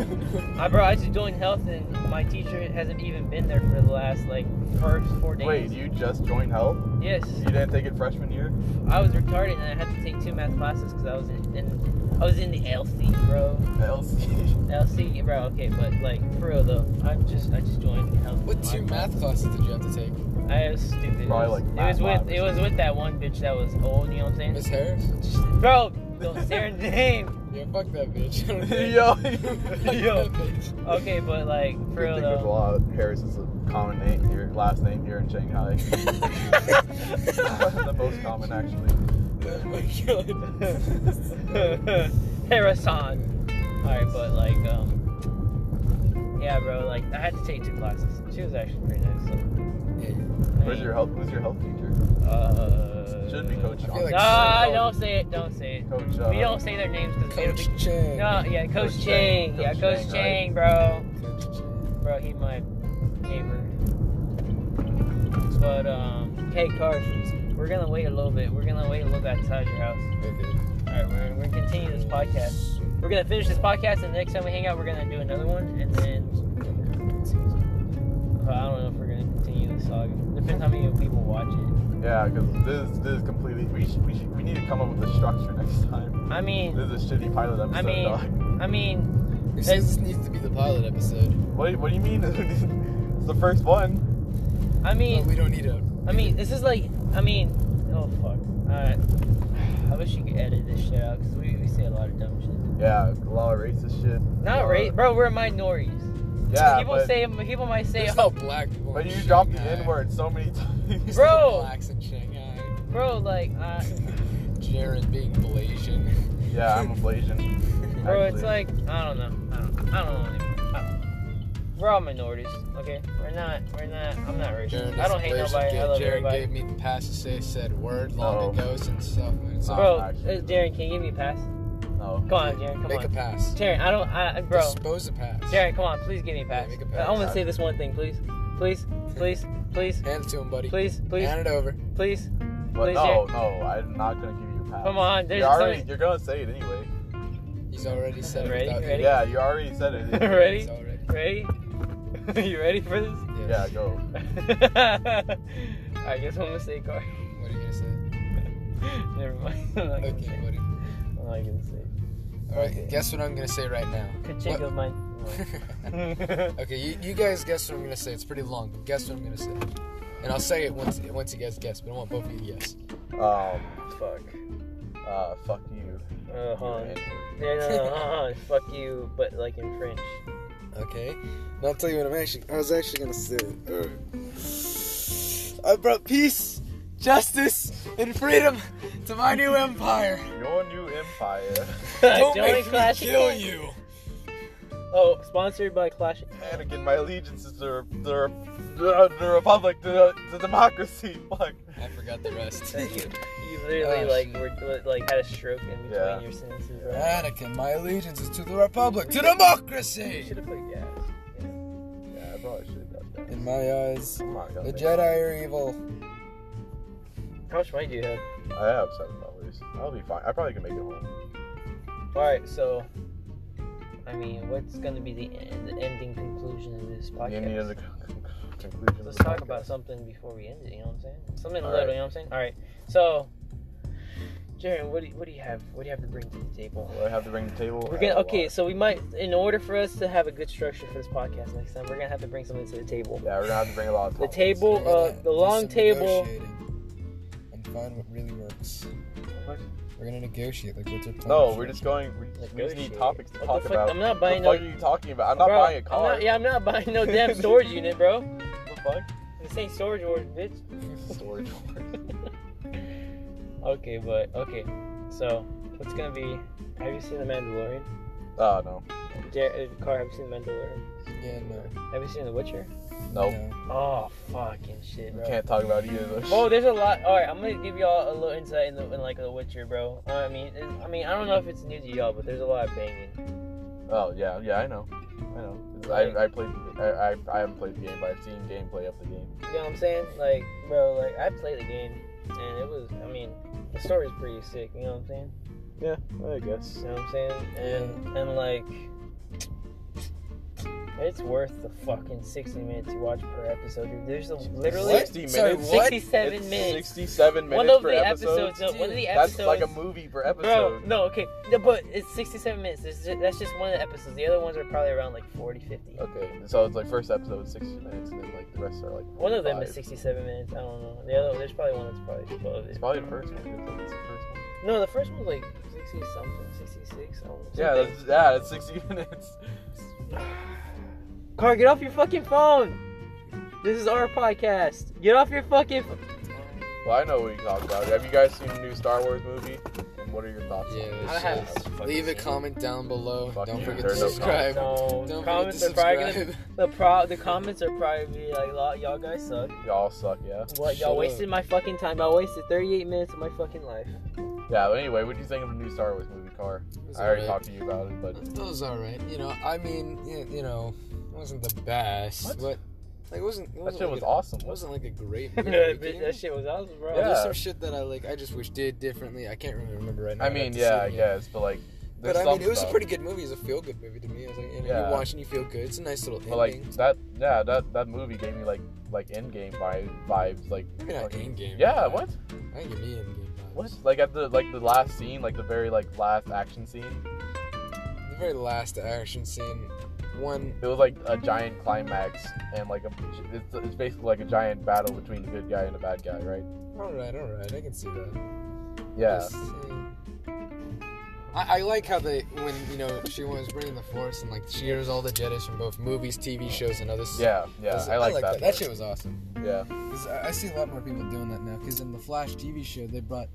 Speaker 3: I bro, I just joined health, and my teacher hasn't even been there for the last like first four days.
Speaker 2: Wait, you just joined health?
Speaker 3: yes,
Speaker 2: You didn't take it freshman year?
Speaker 3: I was retarded, and I had to take two math classes because I was in, in I was in the LC, bro.
Speaker 2: [laughs]
Speaker 4: [laughs]
Speaker 2: LC.
Speaker 3: LC, bro. Okay, but like for real though, I just I just joined health.
Speaker 4: [laughs] What two math classes did you have to take?
Speaker 3: I was stupid. It
Speaker 2: Probably,
Speaker 3: was,
Speaker 2: like,
Speaker 3: it
Speaker 2: Matt
Speaker 3: was
Speaker 2: Lab
Speaker 3: with
Speaker 2: or
Speaker 3: it was with that one bitch that was old. You know what I'm saying?
Speaker 4: Miss Harris?
Speaker 3: Bro, don't say her [laughs] name.
Speaker 4: Yeah, fuck that bitch. [laughs] I don't care.
Speaker 2: [laughs] Yo. [laughs]
Speaker 4: Fuck
Speaker 3: Yo.
Speaker 4: that bitch.
Speaker 3: Okay, but like for
Speaker 2: Good
Speaker 3: real
Speaker 2: thing there's a
Speaker 3: though.
Speaker 2: lot of Harris is a common name here, last name here in Shanghai. [laughs]
Speaker 4: [laughs]
Speaker 2: the most common, actually.
Speaker 4: Oh my god.
Speaker 3: [laughs] Harrison. All right, but like um, yeah, bro. Like I had to take two classes. She was actually pretty nice. So,
Speaker 4: Yeah,
Speaker 3: I
Speaker 2: Who's
Speaker 3: mean,
Speaker 2: your health? Who's your health teacher?
Speaker 3: Uh,
Speaker 2: Should be Coach
Speaker 4: I feel
Speaker 2: Sean.
Speaker 4: like-
Speaker 3: Nah,
Speaker 2: Coach-
Speaker 3: don't say it. Don't say it.
Speaker 2: Coach. Uh,
Speaker 3: we don't say their names because
Speaker 4: Coach
Speaker 3: be,
Speaker 4: Chang.
Speaker 3: no, yeah, Coach,
Speaker 2: Coach
Speaker 3: Chang.
Speaker 2: Chang.
Speaker 3: Yeah,
Speaker 2: Coach
Speaker 3: Coach
Speaker 2: Chang,
Speaker 3: Chang, bro.
Speaker 4: Coach Chang.
Speaker 3: Bro, he my neighbor. But um, hey, Carsh, we're gonna wait a little bit. We're gonna wait a little bit outside your house.
Speaker 4: Okay.
Speaker 3: All right, we're gonna, we're gonna continue this podcast. We're gonna finish this podcast, and the next time we hang out, we're gonna do another one, and then uh, I don't know if we're gonna continue the saga. Depends how many people watch it.
Speaker 2: Yeah, because this this is completely. We should, we should, we need to come up with a structure [laughs] next time.
Speaker 3: I mean,
Speaker 2: This is a shitty pilot episode,
Speaker 3: I mean-
Speaker 2: dog.
Speaker 3: I mean,
Speaker 4: It says this needs to be the pilot episode.
Speaker 2: What, what do you mean? [laughs] the first one.
Speaker 3: I
Speaker 4: But
Speaker 3: mean,
Speaker 4: we don't need a.
Speaker 3: I mean, this is like, I mean, oh fuck. Alright. I wish you could edit this shit out because we, we say a lot of dumb shit.
Speaker 2: Yeah, a lot of racist shit.
Speaker 3: Not
Speaker 2: Uh,
Speaker 3: right, bro. We're minorities.
Speaker 2: Yeah,
Speaker 3: people
Speaker 2: but,
Speaker 3: say people might say,
Speaker 4: There's no black people.
Speaker 2: but
Speaker 4: in
Speaker 2: you dropped the
Speaker 4: Shanghai.
Speaker 2: N word so many [laughs] times.
Speaker 4: There's
Speaker 3: Bro.
Speaker 4: no blacks in Shanghai.
Speaker 3: "Oh, bro, like, uh,
Speaker 4: Jared being Malaysian.
Speaker 2: yeah, I'm ablation.
Speaker 3: [laughs] bro, it's
Speaker 2: Actually.
Speaker 3: like I don't know, I don't, I don't know anymore. I don't know. We're all minorities, okay? We're not, we're not. I'm not racist.
Speaker 4: Jared
Speaker 3: I don't
Speaker 4: is
Speaker 3: hate
Speaker 4: Malaysian.
Speaker 3: nobody. I
Speaker 4: Ga-
Speaker 3: love
Speaker 4: Jared
Speaker 3: everybody.
Speaker 4: gave me the pass to say said word long
Speaker 2: Oh.
Speaker 4: ago since stuff. Man. So
Speaker 2: Nah,
Speaker 3: bro, uh,
Speaker 2: actually.
Speaker 3: Darren, can you give me a pass?
Speaker 2: No.
Speaker 3: Come on, Darren, come
Speaker 4: make a
Speaker 3: on.
Speaker 4: pass.
Speaker 3: Darren, I don't, I, I- bro.
Speaker 4: Dispose a pass.
Speaker 3: Darren, come on, please give me a pass.
Speaker 4: make a pass.
Speaker 3: I want to say this one thing, please, please, please, please,
Speaker 4: Hand it to him, buddy.
Speaker 3: please, please,
Speaker 4: Hand it over.
Speaker 3: please.
Speaker 2: But
Speaker 3: Please,
Speaker 2: no, no, I'm not gonna give you a pass.
Speaker 3: Come on, there's
Speaker 2: You're already,
Speaker 3: something-
Speaker 2: you're gonna say it anyway.
Speaker 4: He's already said it.
Speaker 3: Ready?
Speaker 4: without you.
Speaker 3: Ready?
Speaker 2: Yeah, you already said
Speaker 3: [laughs]
Speaker 2: it.
Speaker 3: ready?
Speaker 4: He's already.
Speaker 3: Ready? [laughs] you ready for this? [laughs]
Speaker 2: yeah, go.
Speaker 3: I guess I'm gonna say car.
Speaker 4: What are you gonna say?
Speaker 3: [laughs] Never mind. I'm not gonna
Speaker 4: Okay,
Speaker 3: say.
Speaker 4: buddy.
Speaker 3: I'm not gonna say.
Speaker 4: All right.
Speaker 3: Okay.
Speaker 4: Guess what I'm gonna say right now. [laughs]
Speaker 3: Kachinko
Speaker 4: What-
Speaker 3: mine.
Speaker 2: Um,
Speaker 4: okay, you, you guys guess what I'm gonna say. It's pretty long, but guess what I'm gonna say. And I'll say it once once you guys guess, but I want both of you to guess.
Speaker 2: Um, fuck. Uh, fuck you.
Speaker 3: Uh, hold on.
Speaker 2: You N-word.
Speaker 3: Yeah, no, no, uh-huh, fuck you, but like in French.
Speaker 4: Okay. And I'll tell you what I'm actually. I was actually gonna say. I brought peace, justice, and freedom to my new
Speaker 3: [laughs]
Speaker 4: empire.
Speaker 2: Your new empire.
Speaker 4: [laughs]
Speaker 2: [laughs]
Speaker 4: Don't
Speaker 3: Join
Speaker 4: make me
Speaker 3: Clash
Speaker 4: kill
Speaker 3: Royale.
Speaker 4: you.
Speaker 3: Oh, sponsored by Clash.
Speaker 2: Anakin, my allegiance is to the, the, the republic, the, the democracy. [laughs] Fuck.
Speaker 4: I forgot the rest.
Speaker 3: Thank you. You literally
Speaker 4: Oh,
Speaker 3: like
Speaker 4: shit.
Speaker 3: were li- like had a stroke in between
Speaker 2: Yeah.
Speaker 3: your sentences. Right?
Speaker 4: Anakin, my allegiance is to the republic, to
Speaker 3: You
Speaker 4: democracy.
Speaker 3: should have put yes. Yeah.
Speaker 2: Yeah, I probably should have got that.
Speaker 4: In my eyes,
Speaker 2: Come on, I got
Speaker 4: the
Speaker 2: that.
Speaker 4: Jedi are evil.
Speaker 3: How much money do you have?
Speaker 2: I have seven dollars. I'll be fine. I probably can make it home.
Speaker 3: All right, so. I mean, what's gonna be the, en- the ending conclusion of this podcast?
Speaker 2: You need a con- conclusion.
Speaker 3: Let's
Speaker 2: of the
Speaker 3: talk
Speaker 2: podcast.
Speaker 3: about something before we end it. You know what I'm saying? Something
Speaker 2: All
Speaker 3: little.
Speaker 2: right.
Speaker 3: You know what I'm saying? All right. So, Jaron, what do you, what do you have? What do you have to bring to the table?
Speaker 2: What I have to bring to the table.
Speaker 3: We're gonna
Speaker 2: Uh,
Speaker 3: okay. So we might, in order for us to have a good structure for this podcast next time, we're gonna have to bring something to the table.
Speaker 2: Yeah, we're gonna have to bring a lot of
Speaker 3: The
Speaker 2: topics.
Speaker 3: table,
Speaker 4: We're gonna
Speaker 3: uh, the
Speaker 4: do
Speaker 3: long
Speaker 4: some
Speaker 3: table.
Speaker 4: negotiating And find what really works.
Speaker 2: What?
Speaker 4: We're gonna negotiate. Like what's our plan?
Speaker 2: No, we're just going. We just, we just need
Speaker 3: Negotiate.
Speaker 2: topics to
Speaker 3: What the
Speaker 2: talk
Speaker 3: fuck?
Speaker 2: about.
Speaker 3: I'm not
Speaker 2: What
Speaker 3: buying
Speaker 2: the fuck
Speaker 3: no.
Speaker 2: are you talking about? I'm not
Speaker 3: Bro,
Speaker 2: buying a
Speaker 3: I'm
Speaker 2: car.
Speaker 3: not- yeah, I'm not buying no damn storage unit, bro.
Speaker 2: [laughs] What the fuck?
Speaker 3: This ain't storage unit, bitch.
Speaker 2: [laughs] Storage.
Speaker 3: Okay, but okay. So what's gonna be? Have you seen The Mandalorian?
Speaker 2: Oh no.
Speaker 3: Jar- uh, Car, have you seen The Mandalorian?
Speaker 4: [laughs] Yeah, no.
Speaker 3: Have you seen The Witcher?
Speaker 2: Nope.
Speaker 4: no.
Speaker 3: Oh fucking shit,
Speaker 2: We
Speaker 3: bro.
Speaker 2: can't talk about either of those.
Speaker 3: Oh, there's a lot. All right, I'm gonna give y'all a little insight in, the, in like The Witcher, bro. Uh, I mean, it- I mean, I don't know if it's new to y'all, but there's a lot of banging.
Speaker 2: Oh yeah, yeah, I know, I know. I, I played. I, I, I haven't played the game, but I've seen gameplay of the game.
Speaker 3: You know what I'm saying? Like, bro, like I played the game, and it was. I mean, the story's pretty sick. You know what I'm saying?
Speaker 2: Yeah, I guess.
Speaker 3: You know what I'm saying? And and like, it's worth the fucking 60 minutes you watch per episode. Dude. There's a, literally
Speaker 4: What?
Speaker 2: Sixty minutes.
Speaker 4: Sorry, what?
Speaker 3: 67
Speaker 2: It's
Speaker 3: minutes.
Speaker 2: Sixty-seven minutes
Speaker 3: One of
Speaker 2: per
Speaker 3: the
Speaker 2: episode.
Speaker 3: episodes. No, one of the
Speaker 4: Dude,
Speaker 3: episodes.
Speaker 2: That's like a movie per
Speaker 3: Bro,
Speaker 2: episode.
Speaker 3: no, okay. No, but it's 67 minutes. This is- that's just one of the episodes. The other ones are probably around like 40, 50.
Speaker 2: Okay, so it's like first episode is sixty minutes, and then like the rest are like.
Speaker 3: One of them is
Speaker 2: five.
Speaker 3: 67 minutes. I don't know. The other, there's probably one that's probably above
Speaker 2: It's
Speaker 3: it.
Speaker 2: probably the first one. It's like, it's the first one.
Speaker 3: No, the first one's like 60 something, 66. I don't know.
Speaker 2: Yeah,
Speaker 3: something.
Speaker 2: that's, yeah, it's sixty [laughs] minutes.
Speaker 3: Car, get off your fucking phone. This is our podcast. Get off your fucking.
Speaker 2: Well, I know what you talk about. Have you guys seen the new Star Wars movie? And what are your thoughts?
Speaker 4: Yeah,
Speaker 2: on it?
Speaker 4: I
Speaker 3: haven't
Speaker 4: Leave a comment down below.
Speaker 2: Fuck
Speaker 4: Don't
Speaker 2: you.
Speaker 4: forget to
Speaker 2: There's no
Speaker 4: subscribe.
Speaker 3: No,
Speaker 4: Don't forget to
Speaker 3: comments are probably
Speaker 4: subscribe.
Speaker 3: gonna. [laughs] The pro, the comments are probably gonna be like, "Lot- y'all guys suck.
Speaker 2: Y'all suck, yeah.
Speaker 3: What
Speaker 4: Shut
Speaker 3: y'all
Speaker 4: up.
Speaker 3: wasted my fucking time. I wasted 38 minutes of my fucking life. [laughs]
Speaker 2: Yeah, but anyway, what do you think of the new Star Wars movie, Car? I already talked to you about it, but
Speaker 4: It was alright. You know, I mean, y- you know, it wasn't the best,
Speaker 2: What?
Speaker 4: but like it wasn't. It
Speaker 2: that
Speaker 4: wasn't
Speaker 2: shit
Speaker 4: like
Speaker 2: was
Speaker 4: a-
Speaker 2: awesome.
Speaker 4: It
Speaker 2: Wasn't
Speaker 4: wasn't like a great
Speaker 3: But
Speaker 4: movie. Are you kidding me?
Speaker 3: [laughs] that shit was awesome, bro.
Speaker 2: Yeah.
Speaker 4: There's some shit that I like. I just wish did differently. I can't really remember right now.
Speaker 2: I
Speaker 4: I'd have
Speaker 2: mean,
Speaker 4: to
Speaker 2: yeah,
Speaker 4: see it
Speaker 2: I
Speaker 4: again.
Speaker 2: guess, but like,
Speaker 4: But
Speaker 2: there's
Speaker 4: I
Speaker 2: some
Speaker 4: mean, it was
Speaker 2: stuff.
Speaker 4: a pretty good movie. It was a feel good movie to me. It was like, you know,
Speaker 2: Yeah.
Speaker 4: you watch and you feel good. It's a nice little ending.
Speaker 2: But like that, yeah, that that movie gave me like like Endgame vibe, vibes, like.
Speaker 4: Maybe not
Speaker 2: fucking-
Speaker 4: Endgame.
Speaker 2: Yeah,
Speaker 4: but
Speaker 2: what?
Speaker 4: I think give me Endgame vibes.
Speaker 2: What? Like at the like the last scene, like the very like last action scene.
Speaker 4: The very last action scene. one
Speaker 2: It was like a giant climax and like a it's, it's basically like a giant battle between the good guy and the bad guy, right?
Speaker 4: All right, all right, I can see that.
Speaker 2: Yeah.
Speaker 4: Just, eh. I, I like how they when you know she was bringing the force and like she hears all the Jedi's from both movies, TV shows, and other. s-
Speaker 2: Yeah, yeah.
Speaker 4: those-
Speaker 2: I like, that.
Speaker 4: that. That shit was awesome.
Speaker 2: part. Yeah.
Speaker 4: Cause I I see a lot more people doing that now. Because in the Flash TV show, they brought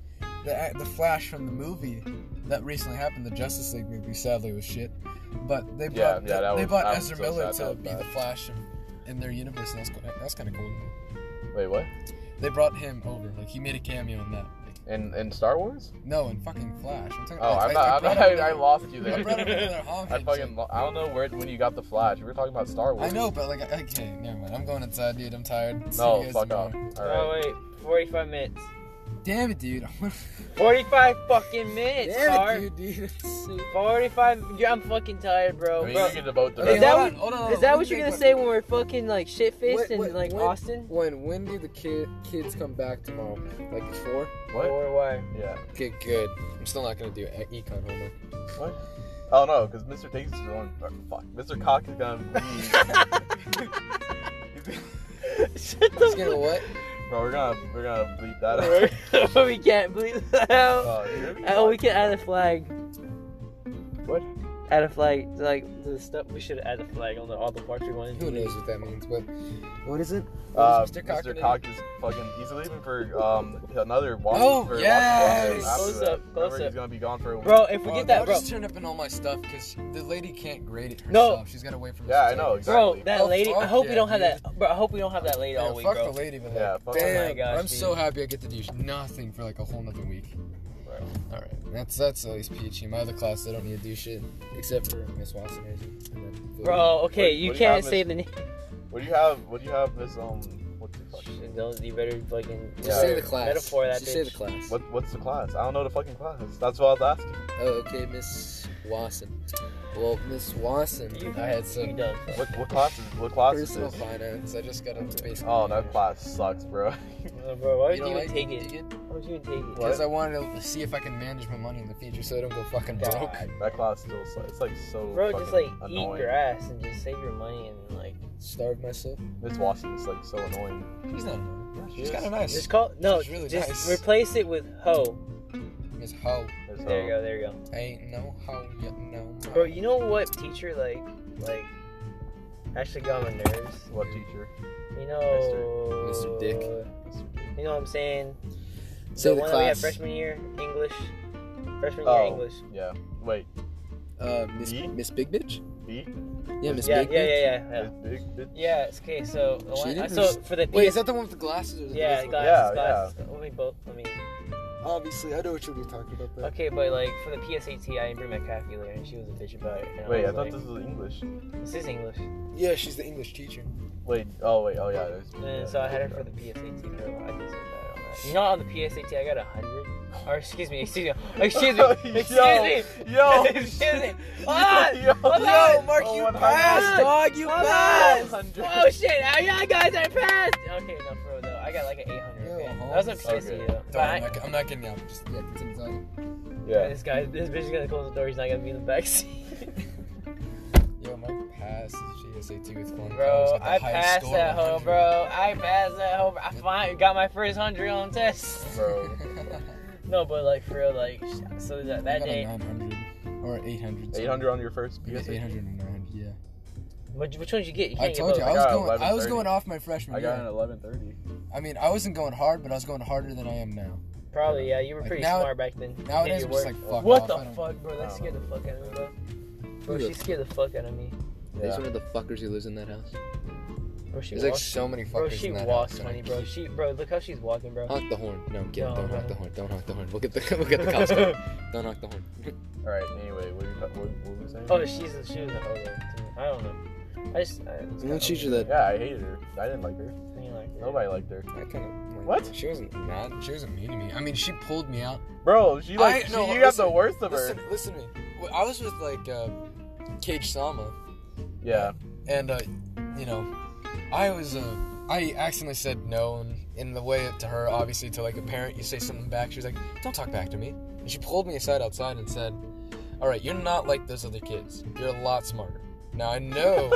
Speaker 4: the the Flash from the movie that recently happened, the Justice League movie. Sadly, was shit. But they
Speaker 2: Yeah,
Speaker 4: brought
Speaker 2: yeah, that
Speaker 4: they
Speaker 2: was-
Speaker 4: brought
Speaker 2: I'm
Speaker 4: Ezra
Speaker 2: so
Speaker 4: Miller
Speaker 2: sad
Speaker 4: to
Speaker 2: about
Speaker 4: be
Speaker 2: that.
Speaker 4: the Flash in, in their universe. And that's co- that's kind of cool.
Speaker 2: Wait, what?
Speaker 4: They brought him over. Like he made a cameo in that.
Speaker 2: In in Star Wars?
Speaker 4: No, in fucking Flash. I'm talking,
Speaker 2: Oh,
Speaker 4: I,
Speaker 2: I'm
Speaker 4: I-
Speaker 2: not.
Speaker 4: I
Speaker 2: I, am
Speaker 4: brought
Speaker 2: not
Speaker 4: up
Speaker 2: I, I
Speaker 4: another-
Speaker 2: lost you
Speaker 4: I brought up
Speaker 2: there.
Speaker 4: another
Speaker 2: [laughs]
Speaker 4: Hong
Speaker 2: I
Speaker 4: Kong
Speaker 2: fucking.
Speaker 4: chick.
Speaker 2: lo- I don't know where when you got the Flash. We were talking about Star Wars.
Speaker 4: I know, but like, I- okay, never mind. I'm going inside, dude. I'm tired. See you
Speaker 2: No,
Speaker 4: guys
Speaker 2: fuck
Speaker 4: tomorrow.
Speaker 2: off. All
Speaker 3: Oh
Speaker 2: right.
Speaker 3: wait, forty-five minutes.
Speaker 4: Damn it, dude. [laughs]
Speaker 3: Forty-five fucking minutes,
Speaker 4: Damn
Speaker 3: Carl.
Speaker 4: it, dude, dude. [laughs]
Speaker 3: Forty-five. Yeah, I'm fucking tired, bro.
Speaker 2: I mean,
Speaker 3: Oh, Bro,
Speaker 2: you can devote the
Speaker 4: Okay,
Speaker 3: Is
Speaker 2: rest.
Speaker 3: that
Speaker 4: hold
Speaker 3: what-
Speaker 4: on, hold on, hold
Speaker 3: Is
Speaker 4: on.
Speaker 3: that
Speaker 4: Let
Speaker 3: what
Speaker 4: me
Speaker 3: you're
Speaker 4: think
Speaker 3: gonna
Speaker 4: about-
Speaker 3: say when we're fucking like shit
Speaker 4: What-
Speaker 3: faced in
Speaker 4: what-
Speaker 3: like
Speaker 4: what-
Speaker 3: Austin?
Speaker 4: When when do the kid kids come back tomorrow? Like at four?
Speaker 2: What?
Speaker 3: Or why?
Speaker 2: Yeah.
Speaker 4: Okay, good. I'm still not gonna do e- econ homework.
Speaker 2: Oh no, because Mr. Takes is going. oh, Fuck, Mr. Cock is gonna
Speaker 3: [laughs]
Speaker 2: leave.
Speaker 4: [laughs]
Speaker 3: Shut
Speaker 4: Just
Speaker 3: the
Speaker 4: gonna what?
Speaker 2: Bro, we're gonna we're gonna bleep that out. [laughs]
Speaker 3: fuck. [laughs] we can't bleep that
Speaker 4: Uh,
Speaker 3: out.
Speaker 2: Oh, you're gonna be
Speaker 3: [laughs] Oh, we
Speaker 2: fine.
Speaker 3: can add a flag.
Speaker 2: What?
Speaker 3: Add a flag. Like the stuff we should add a flag on the, all the parts we wanted.
Speaker 4: Who knows what that means? But what is it?
Speaker 2: Uh,
Speaker 4: What is
Speaker 2: Mr.
Speaker 4: Cock
Speaker 2: Cock,
Speaker 4: gonna do?
Speaker 2: is fucking. He's leaving for um another walk.
Speaker 4: Oh,
Speaker 2: for
Speaker 4: yes!
Speaker 2: Washington after
Speaker 3: Close
Speaker 2: that.
Speaker 3: up, close
Speaker 2: Remember,
Speaker 3: up.
Speaker 2: He's gonna be gone for a week.
Speaker 3: Bro, if we
Speaker 4: Well,
Speaker 3: get that,
Speaker 4: I'll
Speaker 3: bro,
Speaker 4: Oh, just turn up in all my stuff because the lady can't grade it
Speaker 3: No.
Speaker 4: herself. She's gotta wait for.
Speaker 2: Yeah,
Speaker 4: Mr.
Speaker 2: I know,
Speaker 4: Tucker.
Speaker 3: bro,
Speaker 2: Exactly.
Speaker 3: that
Speaker 4: Oh,
Speaker 3: lady. I
Speaker 4: fuck
Speaker 3: hope we
Speaker 4: yeah,
Speaker 3: don't have
Speaker 4: dude.
Speaker 3: that, bro. I hope we don't have that lady all
Speaker 4: Yeah,
Speaker 3: week,
Speaker 4: fuck
Speaker 3: bro.
Speaker 4: the lady, but like,
Speaker 2: Yeah, fuck
Speaker 4: damn,
Speaker 3: her. Oh my gosh,
Speaker 4: I'm so
Speaker 3: dude.
Speaker 4: happy I get to do nothing for like a whole nother week.
Speaker 2: Right.
Speaker 4: All right, that's that's at least peachy. My other class, I don't need to do shit except for Miss Watson. I think, and then Phil.
Speaker 3: Bro,
Speaker 2: What-
Speaker 3: okay, you
Speaker 2: what do you
Speaker 3: can't
Speaker 2: have
Speaker 3: say
Speaker 2: this-
Speaker 3: the name.
Speaker 2: What do you have? What do you have? This um, what's the fuck?
Speaker 3: Oh, Don't you better fucking uh,
Speaker 4: Just
Speaker 2: Yeah.
Speaker 4: say the class.
Speaker 3: Metaphor that
Speaker 4: Just say
Speaker 3: bitch.
Speaker 4: the class.
Speaker 2: What what's the class? I don't know the fucking class. That's what I was asking.
Speaker 4: Oh, okay, Miss Watson. Well, Miss Watson,
Speaker 3: You-
Speaker 4: I had
Speaker 3: you
Speaker 4: some
Speaker 3: dumb.
Speaker 2: What what class is what class is
Speaker 4: personal
Speaker 2: this?
Speaker 4: finance. I just got into basic.
Speaker 2: Oh, that class sucks, bro. [laughs]
Speaker 3: Uh, [laughs] bro, why would
Speaker 4: You
Speaker 3: you,
Speaker 4: don't
Speaker 3: even
Speaker 4: like it?
Speaker 3: take it? Why would you even take it?
Speaker 2: What?
Speaker 4: Because I wanted to see if I can manage my money in the future so I don't go fucking
Speaker 3: God.
Speaker 4: broke.
Speaker 2: That class still sucks. It's like so.
Speaker 3: Bro, just like
Speaker 2: fucking annoying.
Speaker 3: eat grass and just save your money and like
Speaker 4: Starve myself.
Speaker 2: Miss Watson is like so annoying.
Speaker 4: She's not. annoying.
Speaker 2: Yeah, she
Speaker 4: She's
Speaker 2: is.
Speaker 4: kind of nice.
Speaker 3: just call no,
Speaker 4: It's really
Speaker 3: just
Speaker 4: nice.
Speaker 3: replace it with hoe.
Speaker 4: Miss Ho.
Speaker 2: There's
Speaker 3: There
Speaker 2: no-
Speaker 3: you go, there you go.
Speaker 4: I ain't no ho yet, no. mo.
Speaker 3: Bro, you know what teacher like like actually got on my nerves?
Speaker 2: What teacher?
Speaker 3: You know
Speaker 4: Mr. Dick.
Speaker 3: You know what I'm saying?
Speaker 4: Say
Speaker 3: the,
Speaker 4: the
Speaker 3: one that we had
Speaker 4: class.
Speaker 3: freshman year, English. Freshman year
Speaker 2: Oh.
Speaker 3: English.
Speaker 2: Yeah. Wait.
Speaker 4: Uh, Miss
Speaker 2: Me?
Speaker 4: Miss Big Bitch.
Speaker 2: B.
Speaker 4: Yeah, Miss
Speaker 3: yeah,
Speaker 4: Big
Speaker 3: yeah,
Speaker 4: Bitch.
Speaker 3: yeah, yeah, yeah.
Speaker 2: Miss Big. Bitch.
Speaker 3: Yeah, it's okay, so the
Speaker 4: She
Speaker 3: one, I-
Speaker 4: didn't
Speaker 3: so
Speaker 4: res-
Speaker 3: for the
Speaker 4: Wait,
Speaker 3: PS
Speaker 4: is that the one with the glasses? Or is it
Speaker 3: yeah,
Speaker 4: this one?
Speaker 3: glasses,
Speaker 2: Yeah,
Speaker 3: glasses. Let me both let me
Speaker 4: Obviously, I know what you were talking about. Though.
Speaker 3: Okay, but like for the PSAT, I didn't bring my calculator, and she was a bitch about it. and
Speaker 2: Wait, I
Speaker 3: was
Speaker 2: thought
Speaker 3: like,
Speaker 2: this was English.
Speaker 3: this is English, and
Speaker 4: Yeah, she's the English teacher.
Speaker 2: Wait. Oh wait. Oh yeah. There's, yeah,
Speaker 3: so I had
Speaker 2: there
Speaker 3: her
Speaker 2: you go.
Speaker 3: for the PSAT. Bro, I did so
Speaker 2: [laughs]
Speaker 3: bad on that. Uh, You know, on the PSAT, I got a hundred. Or excuse me, excuse me,
Speaker 2: [laughs]
Speaker 3: excuse me, excuse me.
Speaker 2: Yo. Yo.
Speaker 3: [laughs] Excuse me.
Speaker 2: [laughs]
Speaker 3: Hold on.
Speaker 2: Yo. oh,
Speaker 3: Hold on.
Speaker 2: Mark,
Speaker 4: Oh,
Speaker 2: you passed,
Speaker 4: dog. You
Speaker 3: Hold on.
Speaker 2: Hundred.
Speaker 3: Oh shit! Oh, yeah, guys, I passed. Okay, no, for real though, I got like an eight hundred.
Speaker 4: Yo,
Speaker 3: Okay. That was a
Speaker 4: Holmes.
Speaker 3: PSAT
Speaker 2: Okay.
Speaker 3: though. But
Speaker 4: I'm
Speaker 3: I,
Speaker 4: not, I'm not getting out. Just yeah, continue talking.
Speaker 2: Yeah.
Speaker 3: this guy, this bitch is gonna close the door. He's not gonna be in the back
Speaker 2: [laughs]
Speaker 3: seat.
Speaker 4: Yo, my passed GSAT with one.
Speaker 3: Bro, I passed that hoe, bro. I passed that hoe. I fin- got my first hundred on test. [laughs]
Speaker 2: Bro.
Speaker 3: No, but like for real, like sh- so that, that day.
Speaker 4: 900 or 800.
Speaker 2: 800 on your first.
Speaker 4: Yeah, 800
Speaker 2: PSAT?
Speaker 4: and 900, yeah.
Speaker 3: Which, which one did you get? You
Speaker 4: I
Speaker 3: can't
Speaker 4: told
Speaker 3: get
Speaker 4: you,
Speaker 3: both.
Speaker 4: I was
Speaker 2: got
Speaker 4: going. I was
Speaker 2: 1130.
Speaker 4: going off my freshman
Speaker 2: I got an
Speaker 4: year.
Speaker 2: 1130.
Speaker 4: I mean, I wasn't going hard, but I was going harder than I am now.
Speaker 3: Probably yeah. You were
Speaker 4: Like,
Speaker 3: pretty
Speaker 4: now-
Speaker 3: smart back then. You
Speaker 4: Nowadays,
Speaker 3: did
Speaker 4: I'm
Speaker 3: your
Speaker 4: just like,
Speaker 3: work.
Speaker 4: fuck
Speaker 3: what
Speaker 4: off, I
Speaker 3: the
Speaker 4: don't-
Speaker 3: fuck, bro? That
Speaker 2: don't
Speaker 3: scared the fuck out of me, bro. Bro,
Speaker 4: Who
Speaker 3: she scared the fuck out of me.
Speaker 2: Yeah.
Speaker 4: of the fuckers who lives in that house.
Speaker 3: Bro, she
Speaker 4: There's like
Speaker 3: walks.
Speaker 4: so many fuckers
Speaker 3: bro, she
Speaker 4: in that
Speaker 3: walks
Speaker 4: house.
Speaker 3: funny, bro. She, bro, look how she's walking, bro.
Speaker 4: Honk the horn. No, get
Speaker 3: No,
Speaker 4: it. Don't
Speaker 3: no.
Speaker 4: honk the horn. Don't honk the horn. We'll get the [laughs] we'll get the cops. going. Don't honk the horn.
Speaker 2: All right. Anyway, what are you talking? What, what were you saying?
Speaker 3: [laughs] oh, she's a, she was a hoe. though, to me. I don't know. I just. I, it's
Speaker 4: Someone
Speaker 3: kinda
Speaker 4: teach you
Speaker 3: weird.
Speaker 4: that-
Speaker 2: Yeah, I hated her. I didn't like her.
Speaker 3: I mean, like,
Speaker 2: Nobody liked her.
Speaker 4: I kind of
Speaker 2: What?
Speaker 4: She wasn't mad. She wasn't mean to me. I mean, she pulled me out.
Speaker 2: Bro, she like
Speaker 4: I-
Speaker 2: she,
Speaker 4: no,
Speaker 2: you got
Speaker 4: listen,
Speaker 2: the worst of her.
Speaker 4: Listen, listen to me. Well, I was with like uh, Cage Sama,
Speaker 2: Yeah.
Speaker 4: and uh, you know, I was uh, I accidentally said no, and in the way to her, obviously to like a parent, you say something back. She was like, "Don't talk back to me," and she pulled me aside outside and said, "All right, you're not like those other kids. You're a lot smarter." Now I know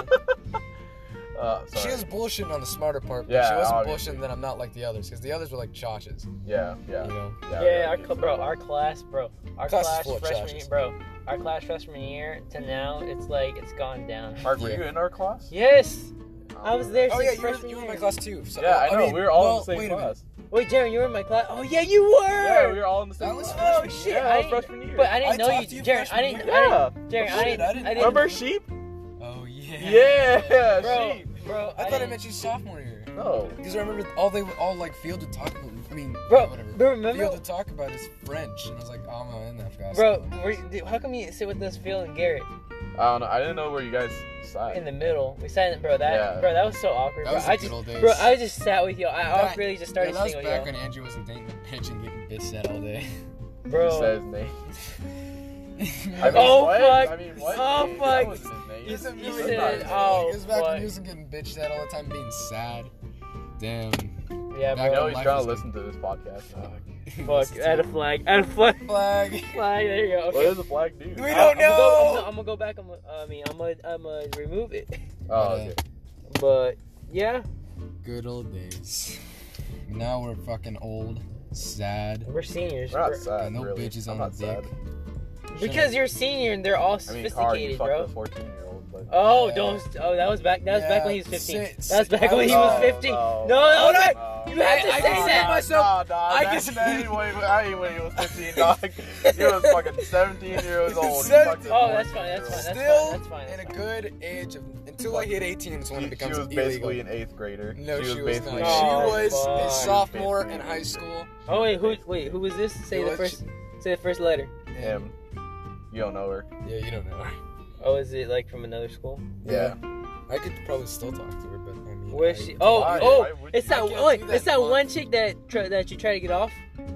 Speaker 2: Uh, sorry.
Speaker 4: she was bullshitting on the smarter part, but
Speaker 2: Yeah,
Speaker 4: she wasn't
Speaker 2: obviously.
Speaker 4: bullshitting that I'm not like the others because the others were like Josh's.
Speaker 2: yeah,
Speaker 4: You
Speaker 2: yeah,
Speaker 4: know,
Speaker 2: yeah.
Speaker 3: yeah, our
Speaker 2: yeah.
Speaker 3: cl- bro, our class, bro, our
Speaker 4: Class is
Speaker 3: class,
Speaker 4: full of
Speaker 3: freshman
Speaker 4: trashes.
Speaker 3: year, bro, our class freshman year to now, it's like it's gone down.
Speaker 2: Mark, were
Speaker 4: Yeah.
Speaker 2: you in our class?
Speaker 3: Yes. I was there.
Speaker 4: Oh
Speaker 3: Since
Speaker 4: yeah, you were,
Speaker 3: freshman
Speaker 4: you were in my
Speaker 3: year.
Speaker 4: class too. So,
Speaker 2: Yeah, I know.
Speaker 4: mean,
Speaker 2: we were all
Speaker 4: well,
Speaker 2: in the same
Speaker 4: wait a minute.
Speaker 2: class.
Speaker 3: Wait, Jeremy, you were in my class. Oh yeah, you were.
Speaker 2: Yeah, we were all in the same
Speaker 4: That was
Speaker 2: class.
Speaker 3: Oh shit!
Speaker 2: Yeah,
Speaker 3: I
Speaker 2: that was
Speaker 3: didn't-
Speaker 2: freshman year.
Speaker 3: But I didn't
Speaker 4: I
Speaker 3: know
Speaker 4: talked
Speaker 3: you,
Speaker 4: to you
Speaker 3: Jeremy. I
Speaker 4: freshman
Speaker 3: didn't.
Speaker 4: year.
Speaker 3: I didn't
Speaker 2: yeah.
Speaker 3: Jerry, I
Speaker 4: Shit,
Speaker 3: didn't,
Speaker 4: I didn't-
Speaker 3: I didn't.
Speaker 2: Remember sheep?
Speaker 4: Oh yeah.
Speaker 2: Yeah,
Speaker 3: bro,
Speaker 2: sheep.
Speaker 3: bro.
Speaker 4: I thought I
Speaker 3: didn't-
Speaker 4: met you sophomore year.
Speaker 2: No.
Speaker 4: Because I remember all they all like Field would talk about. I mean,
Speaker 3: Bro,
Speaker 4: whatever.
Speaker 3: bro, remember-
Speaker 4: Field would talk about is French, and I was like, oh, I'm not in that class.
Speaker 3: Bro, were you- dude, how come you sit with us, Phil and Garrett
Speaker 2: I don't know. I didn't know where you guys sat.
Speaker 3: in the middle? We sat in, bro. That,
Speaker 2: Yeah.
Speaker 3: bro, that was so awkward.
Speaker 4: that
Speaker 3: bro.
Speaker 4: was the
Speaker 3: I
Speaker 4: good
Speaker 3: just,
Speaker 4: old days.
Speaker 3: bro, I just sat with y'all. I
Speaker 4: That-
Speaker 3: really
Speaker 4: yeah,
Speaker 3: just started
Speaker 4: that was
Speaker 3: sitting with
Speaker 4: back
Speaker 3: y'all,
Speaker 4: when Andrew wasn't dating the bitch and getting bitched at all
Speaker 2: [laughs]
Speaker 4: day. [laughs]
Speaker 2: He
Speaker 3: bro.
Speaker 2: says name. I mean,
Speaker 4: It
Speaker 3: [laughs] Oh,
Speaker 2: what?
Speaker 3: fuck.
Speaker 2: I mean, what?
Speaker 3: Oh,
Speaker 2: name?
Speaker 3: fuck.
Speaker 2: That wasn't his name.
Speaker 3: You said- you
Speaker 2: That's
Speaker 3: said-
Speaker 2: not his name.
Speaker 3: oh.
Speaker 4: was back
Speaker 3: boy.
Speaker 4: when he wasn't getting bitched at all the time, being sad. Damn.
Speaker 3: Yeah,
Speaker 4: back
Speaker 2: I
Speaker 3: bro.
Speaker 2: know
Speaker 4: when
Speaker 2: he's
Speaker 4: life
Speaker 2: trying
Speaker 4: was
Speaker 2: to listen to this podcast. now.
Speaker 3: [laughs] Fuck, add a flag. Add a flag. [laughs]
Speaker 4: flag.
Speaker 3: Flag. There you go.
Speaker 2: What is a black dude?
Speaker 4: We don't
Speaker 3: I'm gonna go-
Speaker 4: know.
Speaker 3: I'm gonna go back. I'm gonna, I mean, I'm gonna, I'm gonna remove it.
Speaker 2: Oh, okay.
Speaker 3: But yeah,
Speaker 4: Good old days. Now we're fucking old, sad.
Speaker 3: we're seniors.
Speaker 2: We're not
Speaker 3: bro.
Speaker 2: sad,
Speaker 4: no
Speaker 2: really.
Speaker 4: bitches
Speaker 2: I'm
Speaker 4: on
Speaker 2: not
Speaker 4: the dick.
Speaker 2: sad.
Speaker 3: Because you're senior and they're all
Speaker 2: I mean, Car, you
Speaker 3: sophisticated,
Speaker 2: fucked
Speaker 3: bro.
Speaker 2: a 14 year old, but.
Speaker 3: Oh,
Speaker 4: Yeah.
Speaker 3: don't. Oh, that was back. That was back when he was
Speaker 4: Yeah, oh,
Speaker 3: 15.
Speaker 4: sit-
Speaker 3: that was
Speaker 4: sit-
Speaker 3: back
Speaker 4: I
Speaker 3: when he
Speaker 4: was-
Speaker 3: was
Speaker 4: No,
Speaker 3: 15. No, no,
Speaker 2: no,
Speaker 3: that-
Speaker 2: Oh, no.
Speaker 3: you have to
Speaker 4: I-
Speaker 3: say
Speaker 4: I-
Speaker 3: that.
Speaker 4: I- myself-
Speaker 2: No, no,
Speaker 4: I
Speaker 2: that-
Speaker 4: just-
Speaker 2: that ain't when- I ain't when he was 15, dog. [laughs] He was fucking 17 years old. He fucked a
Speaker 3: Oh, that's
Speaker 2: 14 year
Speaker 3: fine, that's fine,
Speaker 2: old.
Speaker 3: that's
Speaker 4: Still
Speaker 3: that's fine, that's
Speaker 4: in a
Speaker 3: fine.
Speaker 4: good age of until I hit 18 is when it
Speaker 2: She, she
Speaker 4: becomes
Speaker 2: was
Speaker 4: illegal.
Speaker 2: basically an eighth grader.
Speaker 4: no,
Speaker 2: she was
Speaker 4: not.
Speaker 2: basically.
Speaker 3: an eighth
Speaker 4: she
Speaker 3: Oh,
Speaker 4: was
Speaker 3: fuck. She
Speaker 4: a
Speaker 3: was
Speaker 4: sophomore in
Speaker 2: basically-
Speaker 4: high school.
Speaker 3: Oh wait, who? Wait, who was this? Say
Speaker 4: It
Speaker 3: the
Speaker 4: was-
Speaker 3: first. Say the first letter.
Speaker 2: Him. You don't know her.
Speaker 4: Yeah, you don't know. her.
Speaker 3: Oh, is it like from another school?
Speaker 2: Yeah.
Speaker 4: I could probably still talk to her, but I mean,
Speaker 3: Where
Speaker 4: I-
Speaker 3: she? Oh,
Speaker 2: Why?
Speaker 3: oh,
Speaker 2: Why would
Speaker 3: it's
Speaker 2: you?
Speaker 3: that.
Speaker 4: I can't
Speaker 3: wait,
Speaker 4: do that
Speaker 3: it's that
Speaker 4: one.
Speaker 3: one chick that tr- that you tried to get off.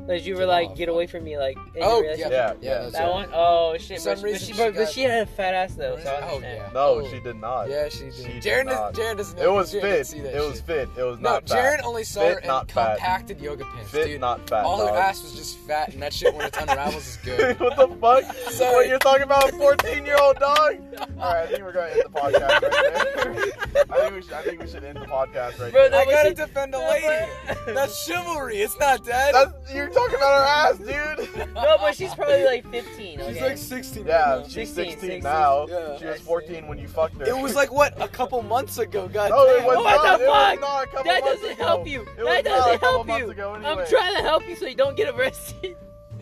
Speaker 3: That you were
Speaker 4: Get
Speaker 3: like,
Speaker 4: off,
Speaker 3: get
Speaker 4: huh?
Speaker 3: away from me, like. in your
Speaker 4: Oh,
Speaker 3: relationship.
Speaker 2: Yeah,
Speaker 4: Yeah,
Speaker 2: yeah.
Speaker 4: that's
Speaker 3: That
Speaker 4: it.
Speaker 3: one? Oh shit!
Speaker 4: For
Speaker 3: but,
Speaker 4: some
Speaker 3: but
Speaker 4: reason
Speaker 3: she,
Speaker 4: she
Speaker 3: but, but
Speaker 4: got-
Speaker 3: she had a fat ass though, so I
Speaker 4: Oh
Speaker 3: understand.
Speaker 4: yeah.
Speaker 2: No,
Speaker 4: Oh.
Speaker 2: she did not.
Speaker 4: Yeah, she did.
Speaker 2: She did
Speaker 4: Jared,
Speaker 2: not.
Speaker 4: does, Jared doesn't.
Speaker 2: It was
Speaker 4: Jared
Speaker 2: fit.
Speaker 4: didn't See that
Speaker 2: It was
Speaker 4: shit.
Speaker 2: fit. It was
Speaker 4: No,
Speaker 2: not
Speaker 4: Jared
Speaker 2: fat.
Speaker 4: only saw her
Speaker 2: Fit,
Speaker 4: in
Speaker 2: not fat.
Speaker 4: compacted yoga pants,
Speaker 2: Fit,
Speaker 4: dude.
Speaker 2: not fat.
Speaker 4: All her
Speaker 2: dog. [laughs]
Speaker 4: ass was just fat, and that shit when it's unravels is good.
Speaker 2: what
Speaker 3: [laughs]
Speaker 2: the fuck?
Speaker 4: Sorry.
Speaker 2: What you're talking about, a 14 year old dog? All right, Oh, I think we're gonna end the podcast
Speaker 3: [laughs]
Speaker 2: right
Speaker 4: [laughs]
Speaker 2: there. I think we should. I think we should end the podcast right
Speaker 3: Bro,
Speaker 2: there.
Speaker 4: I
Speaker 3: that was
Speaker 4: gotta
Speaker 3: it.
Speaker 4: defend a
Speaker 3: [laughs]
Speaker 4: lady. That's chivalry. It's not dead. [laughs]
Speaker 2: That's, you're talking about her ass,
Speaker 3: [laughs]
Speaker 2: dude.
Speaker 3: no, but she's probably like 15. Okay?
Speaker 4: She's like 16. right
Speaker 2: Yeah,
Speaker 4: now.
Speaker 2: she's
Speaker 3: 16,
Speaker 2: 16,
Speaker 3: 16.
Speaker 2: now.
Speaker 4: Yeah.
Speaker 2: She was 14 when you fucked her.
Speaker 4: It was like what a couple months ago. Oh,
Speaker 2: [laughs]
Speaker 4: God
Speaker 2: No, it was
Speaker 3: What
Speaker 2: not.
Speaker 3: the
Speaker 2: it was
Speaker 3: fuck?
Speaker 2: not a couple
Speaker 3: That
Speaker 2: months
Speaker 3: doesn't
Speaker 2: ago.
Speaker 3: help you.
Speaker 2: It was
Speaker 3: That
Speaker 2: not a
Speaker 3: doesn't
Speaker 2: couple
Speaker 3: help
Speaker 2: months
Speaker 3: you.
Speaker 2: ago, anyway.
Speaker 3: I'm trying to help you so you don't get arrested.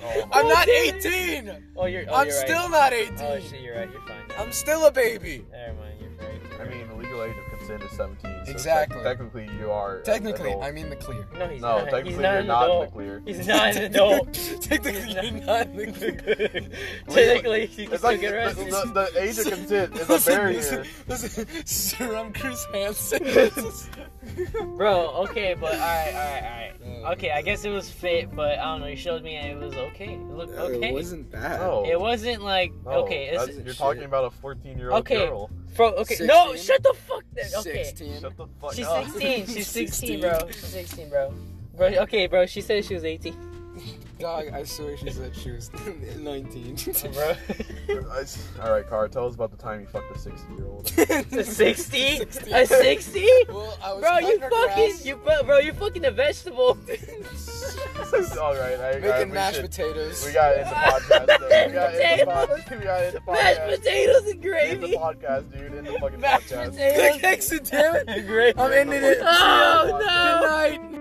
Speaker 2: Oh,
Speaker 4: I'm not
Speaker 3: Okay.
Speaker 4: 18.
Speaker 3: Oh, you're. Oh,
Speaker 4: I'm
Speaker 3: you're right.
Speaker 4: still not 18.
Speaker 3: Oh shit, you're right. You're fine. Now.
Speaker 4: I'm still a baby.
Speaker 3: Never mind. You're right.
Speaker 2: I mean, the legal age of consent is 17. So te-
Speaker 4: Exactly.
Speaker 2: technically, you are.
Speaker 4: Technically,
Speaker 2: adult.
Speaker 4: I'm in the clear.
Speaker 3: no, he's
Speaker 2: No,
Speaker 3: not.
Speaker 2: technically,
Speaker 3: he's not
Speaker 2: you're
Speaker 3: an
Speaker 2: not in the
Speaker 3: adult.
Speaker 2: clear.
Speaker 3: He's not
Speaker 2: [laughs]
Speaker 3: an adult. [laughs]
Speaker 4: [laughs] Technically, you're not in the clear.
Speaker 3: Technically, you can
Speaker 2: It's
Speaker 3: still
Speaker 2: like
Speaker 3: get
Speaker 2: the,
Speaker 3: arrested.
Speaker 2: the, the age of consent is a
Speaker 4: Listen,
Speaker 2: barrier.
Speaker 3: [laughs]
Speaker 4: listen, listen, Sir, I'm Chris Hansen. [laughs] okay,
Speaker 3: Bro, okay, but alright, alright, alright. Okay, I guess it was fit, but I don't know. You showed me and it was okay. It looked okay.
Speaker 4: bad.
Speaker 2: No.
Speaker 3: It wasn't like
Speaker 2: No,
Speaker 3: okay.
Speaker 2: that's-
Speaker 3: It's,
Speaker 2: you're
Speaker 4: Shit.
Speaker 2: talking about a 14 year old
Speaker 3: Okay.
Speaker 2: girl.
Speaker 3: bro, okay. No,
Speaker 4: 16?
Speaker 3: shut the fuck. That, okay.
Speaker 4: 16.
Speaker 2: Shut the fuck
Speaker 3: She's
Speaker 2: up. [laughs]
Speaker 3: 16. She's 16,
Speaker 4: 16.
Speaker 3: bro. She's 16, bro. Bro, okay, bro. She said she was 18.
Speaker 4: Dog, I swear she said she was [laughs] 19.
Speaker 2: [laughs]
Speaker 4: [laughs]
Speaker 3: [laughs] Bro,
Speaker 2: I s- All right, Car, tell us about the time you fucked a 60 year [laughs] old.
Speaker 3: a 60?
Speaker 4: 60.
Speaker 3: A 60?
Speaker 4: Well, I was
Speaker 3: Bro, you
Speaker 4: cutting her
Speaker 3: fucking,
Speaker 4: grass,
Speaker 3: you bro, bro, you fucking a vegetable.
Speaker 2: All right, I,
Speaker 4: making
Speaker 2: I, we
Speaker 4: mashed
Speaker 2: should-
Speaker 4: potatoes. [laughs]
Speaker 2: We got in the
Speaker 3: [laughs]
Speaker 2: podcast. though. We got in the
Speaker 3: Potatoes.
Speaker 2: podcast. [laughs] We got in the
Speaker 3: Mashed
Speaker 2: podcast.
Speaker 3: potatoes and
Speaker 2: In the
Speaker 3: gravy.
Speaker 2: podcast, dude. In the fucking [laughs]
Speaker 3: Mashed
Speaker 2: podcast.
Speaker 4: Click
Speaker 3: potatoes
Speaker 4: exit, damn it.
Speaker 3: and gravy.
Speaker 4: I'm ending it.
Speaker 2: Oh,
Speaker 4: Good
Speaker 3: no.
Speaker 4: night.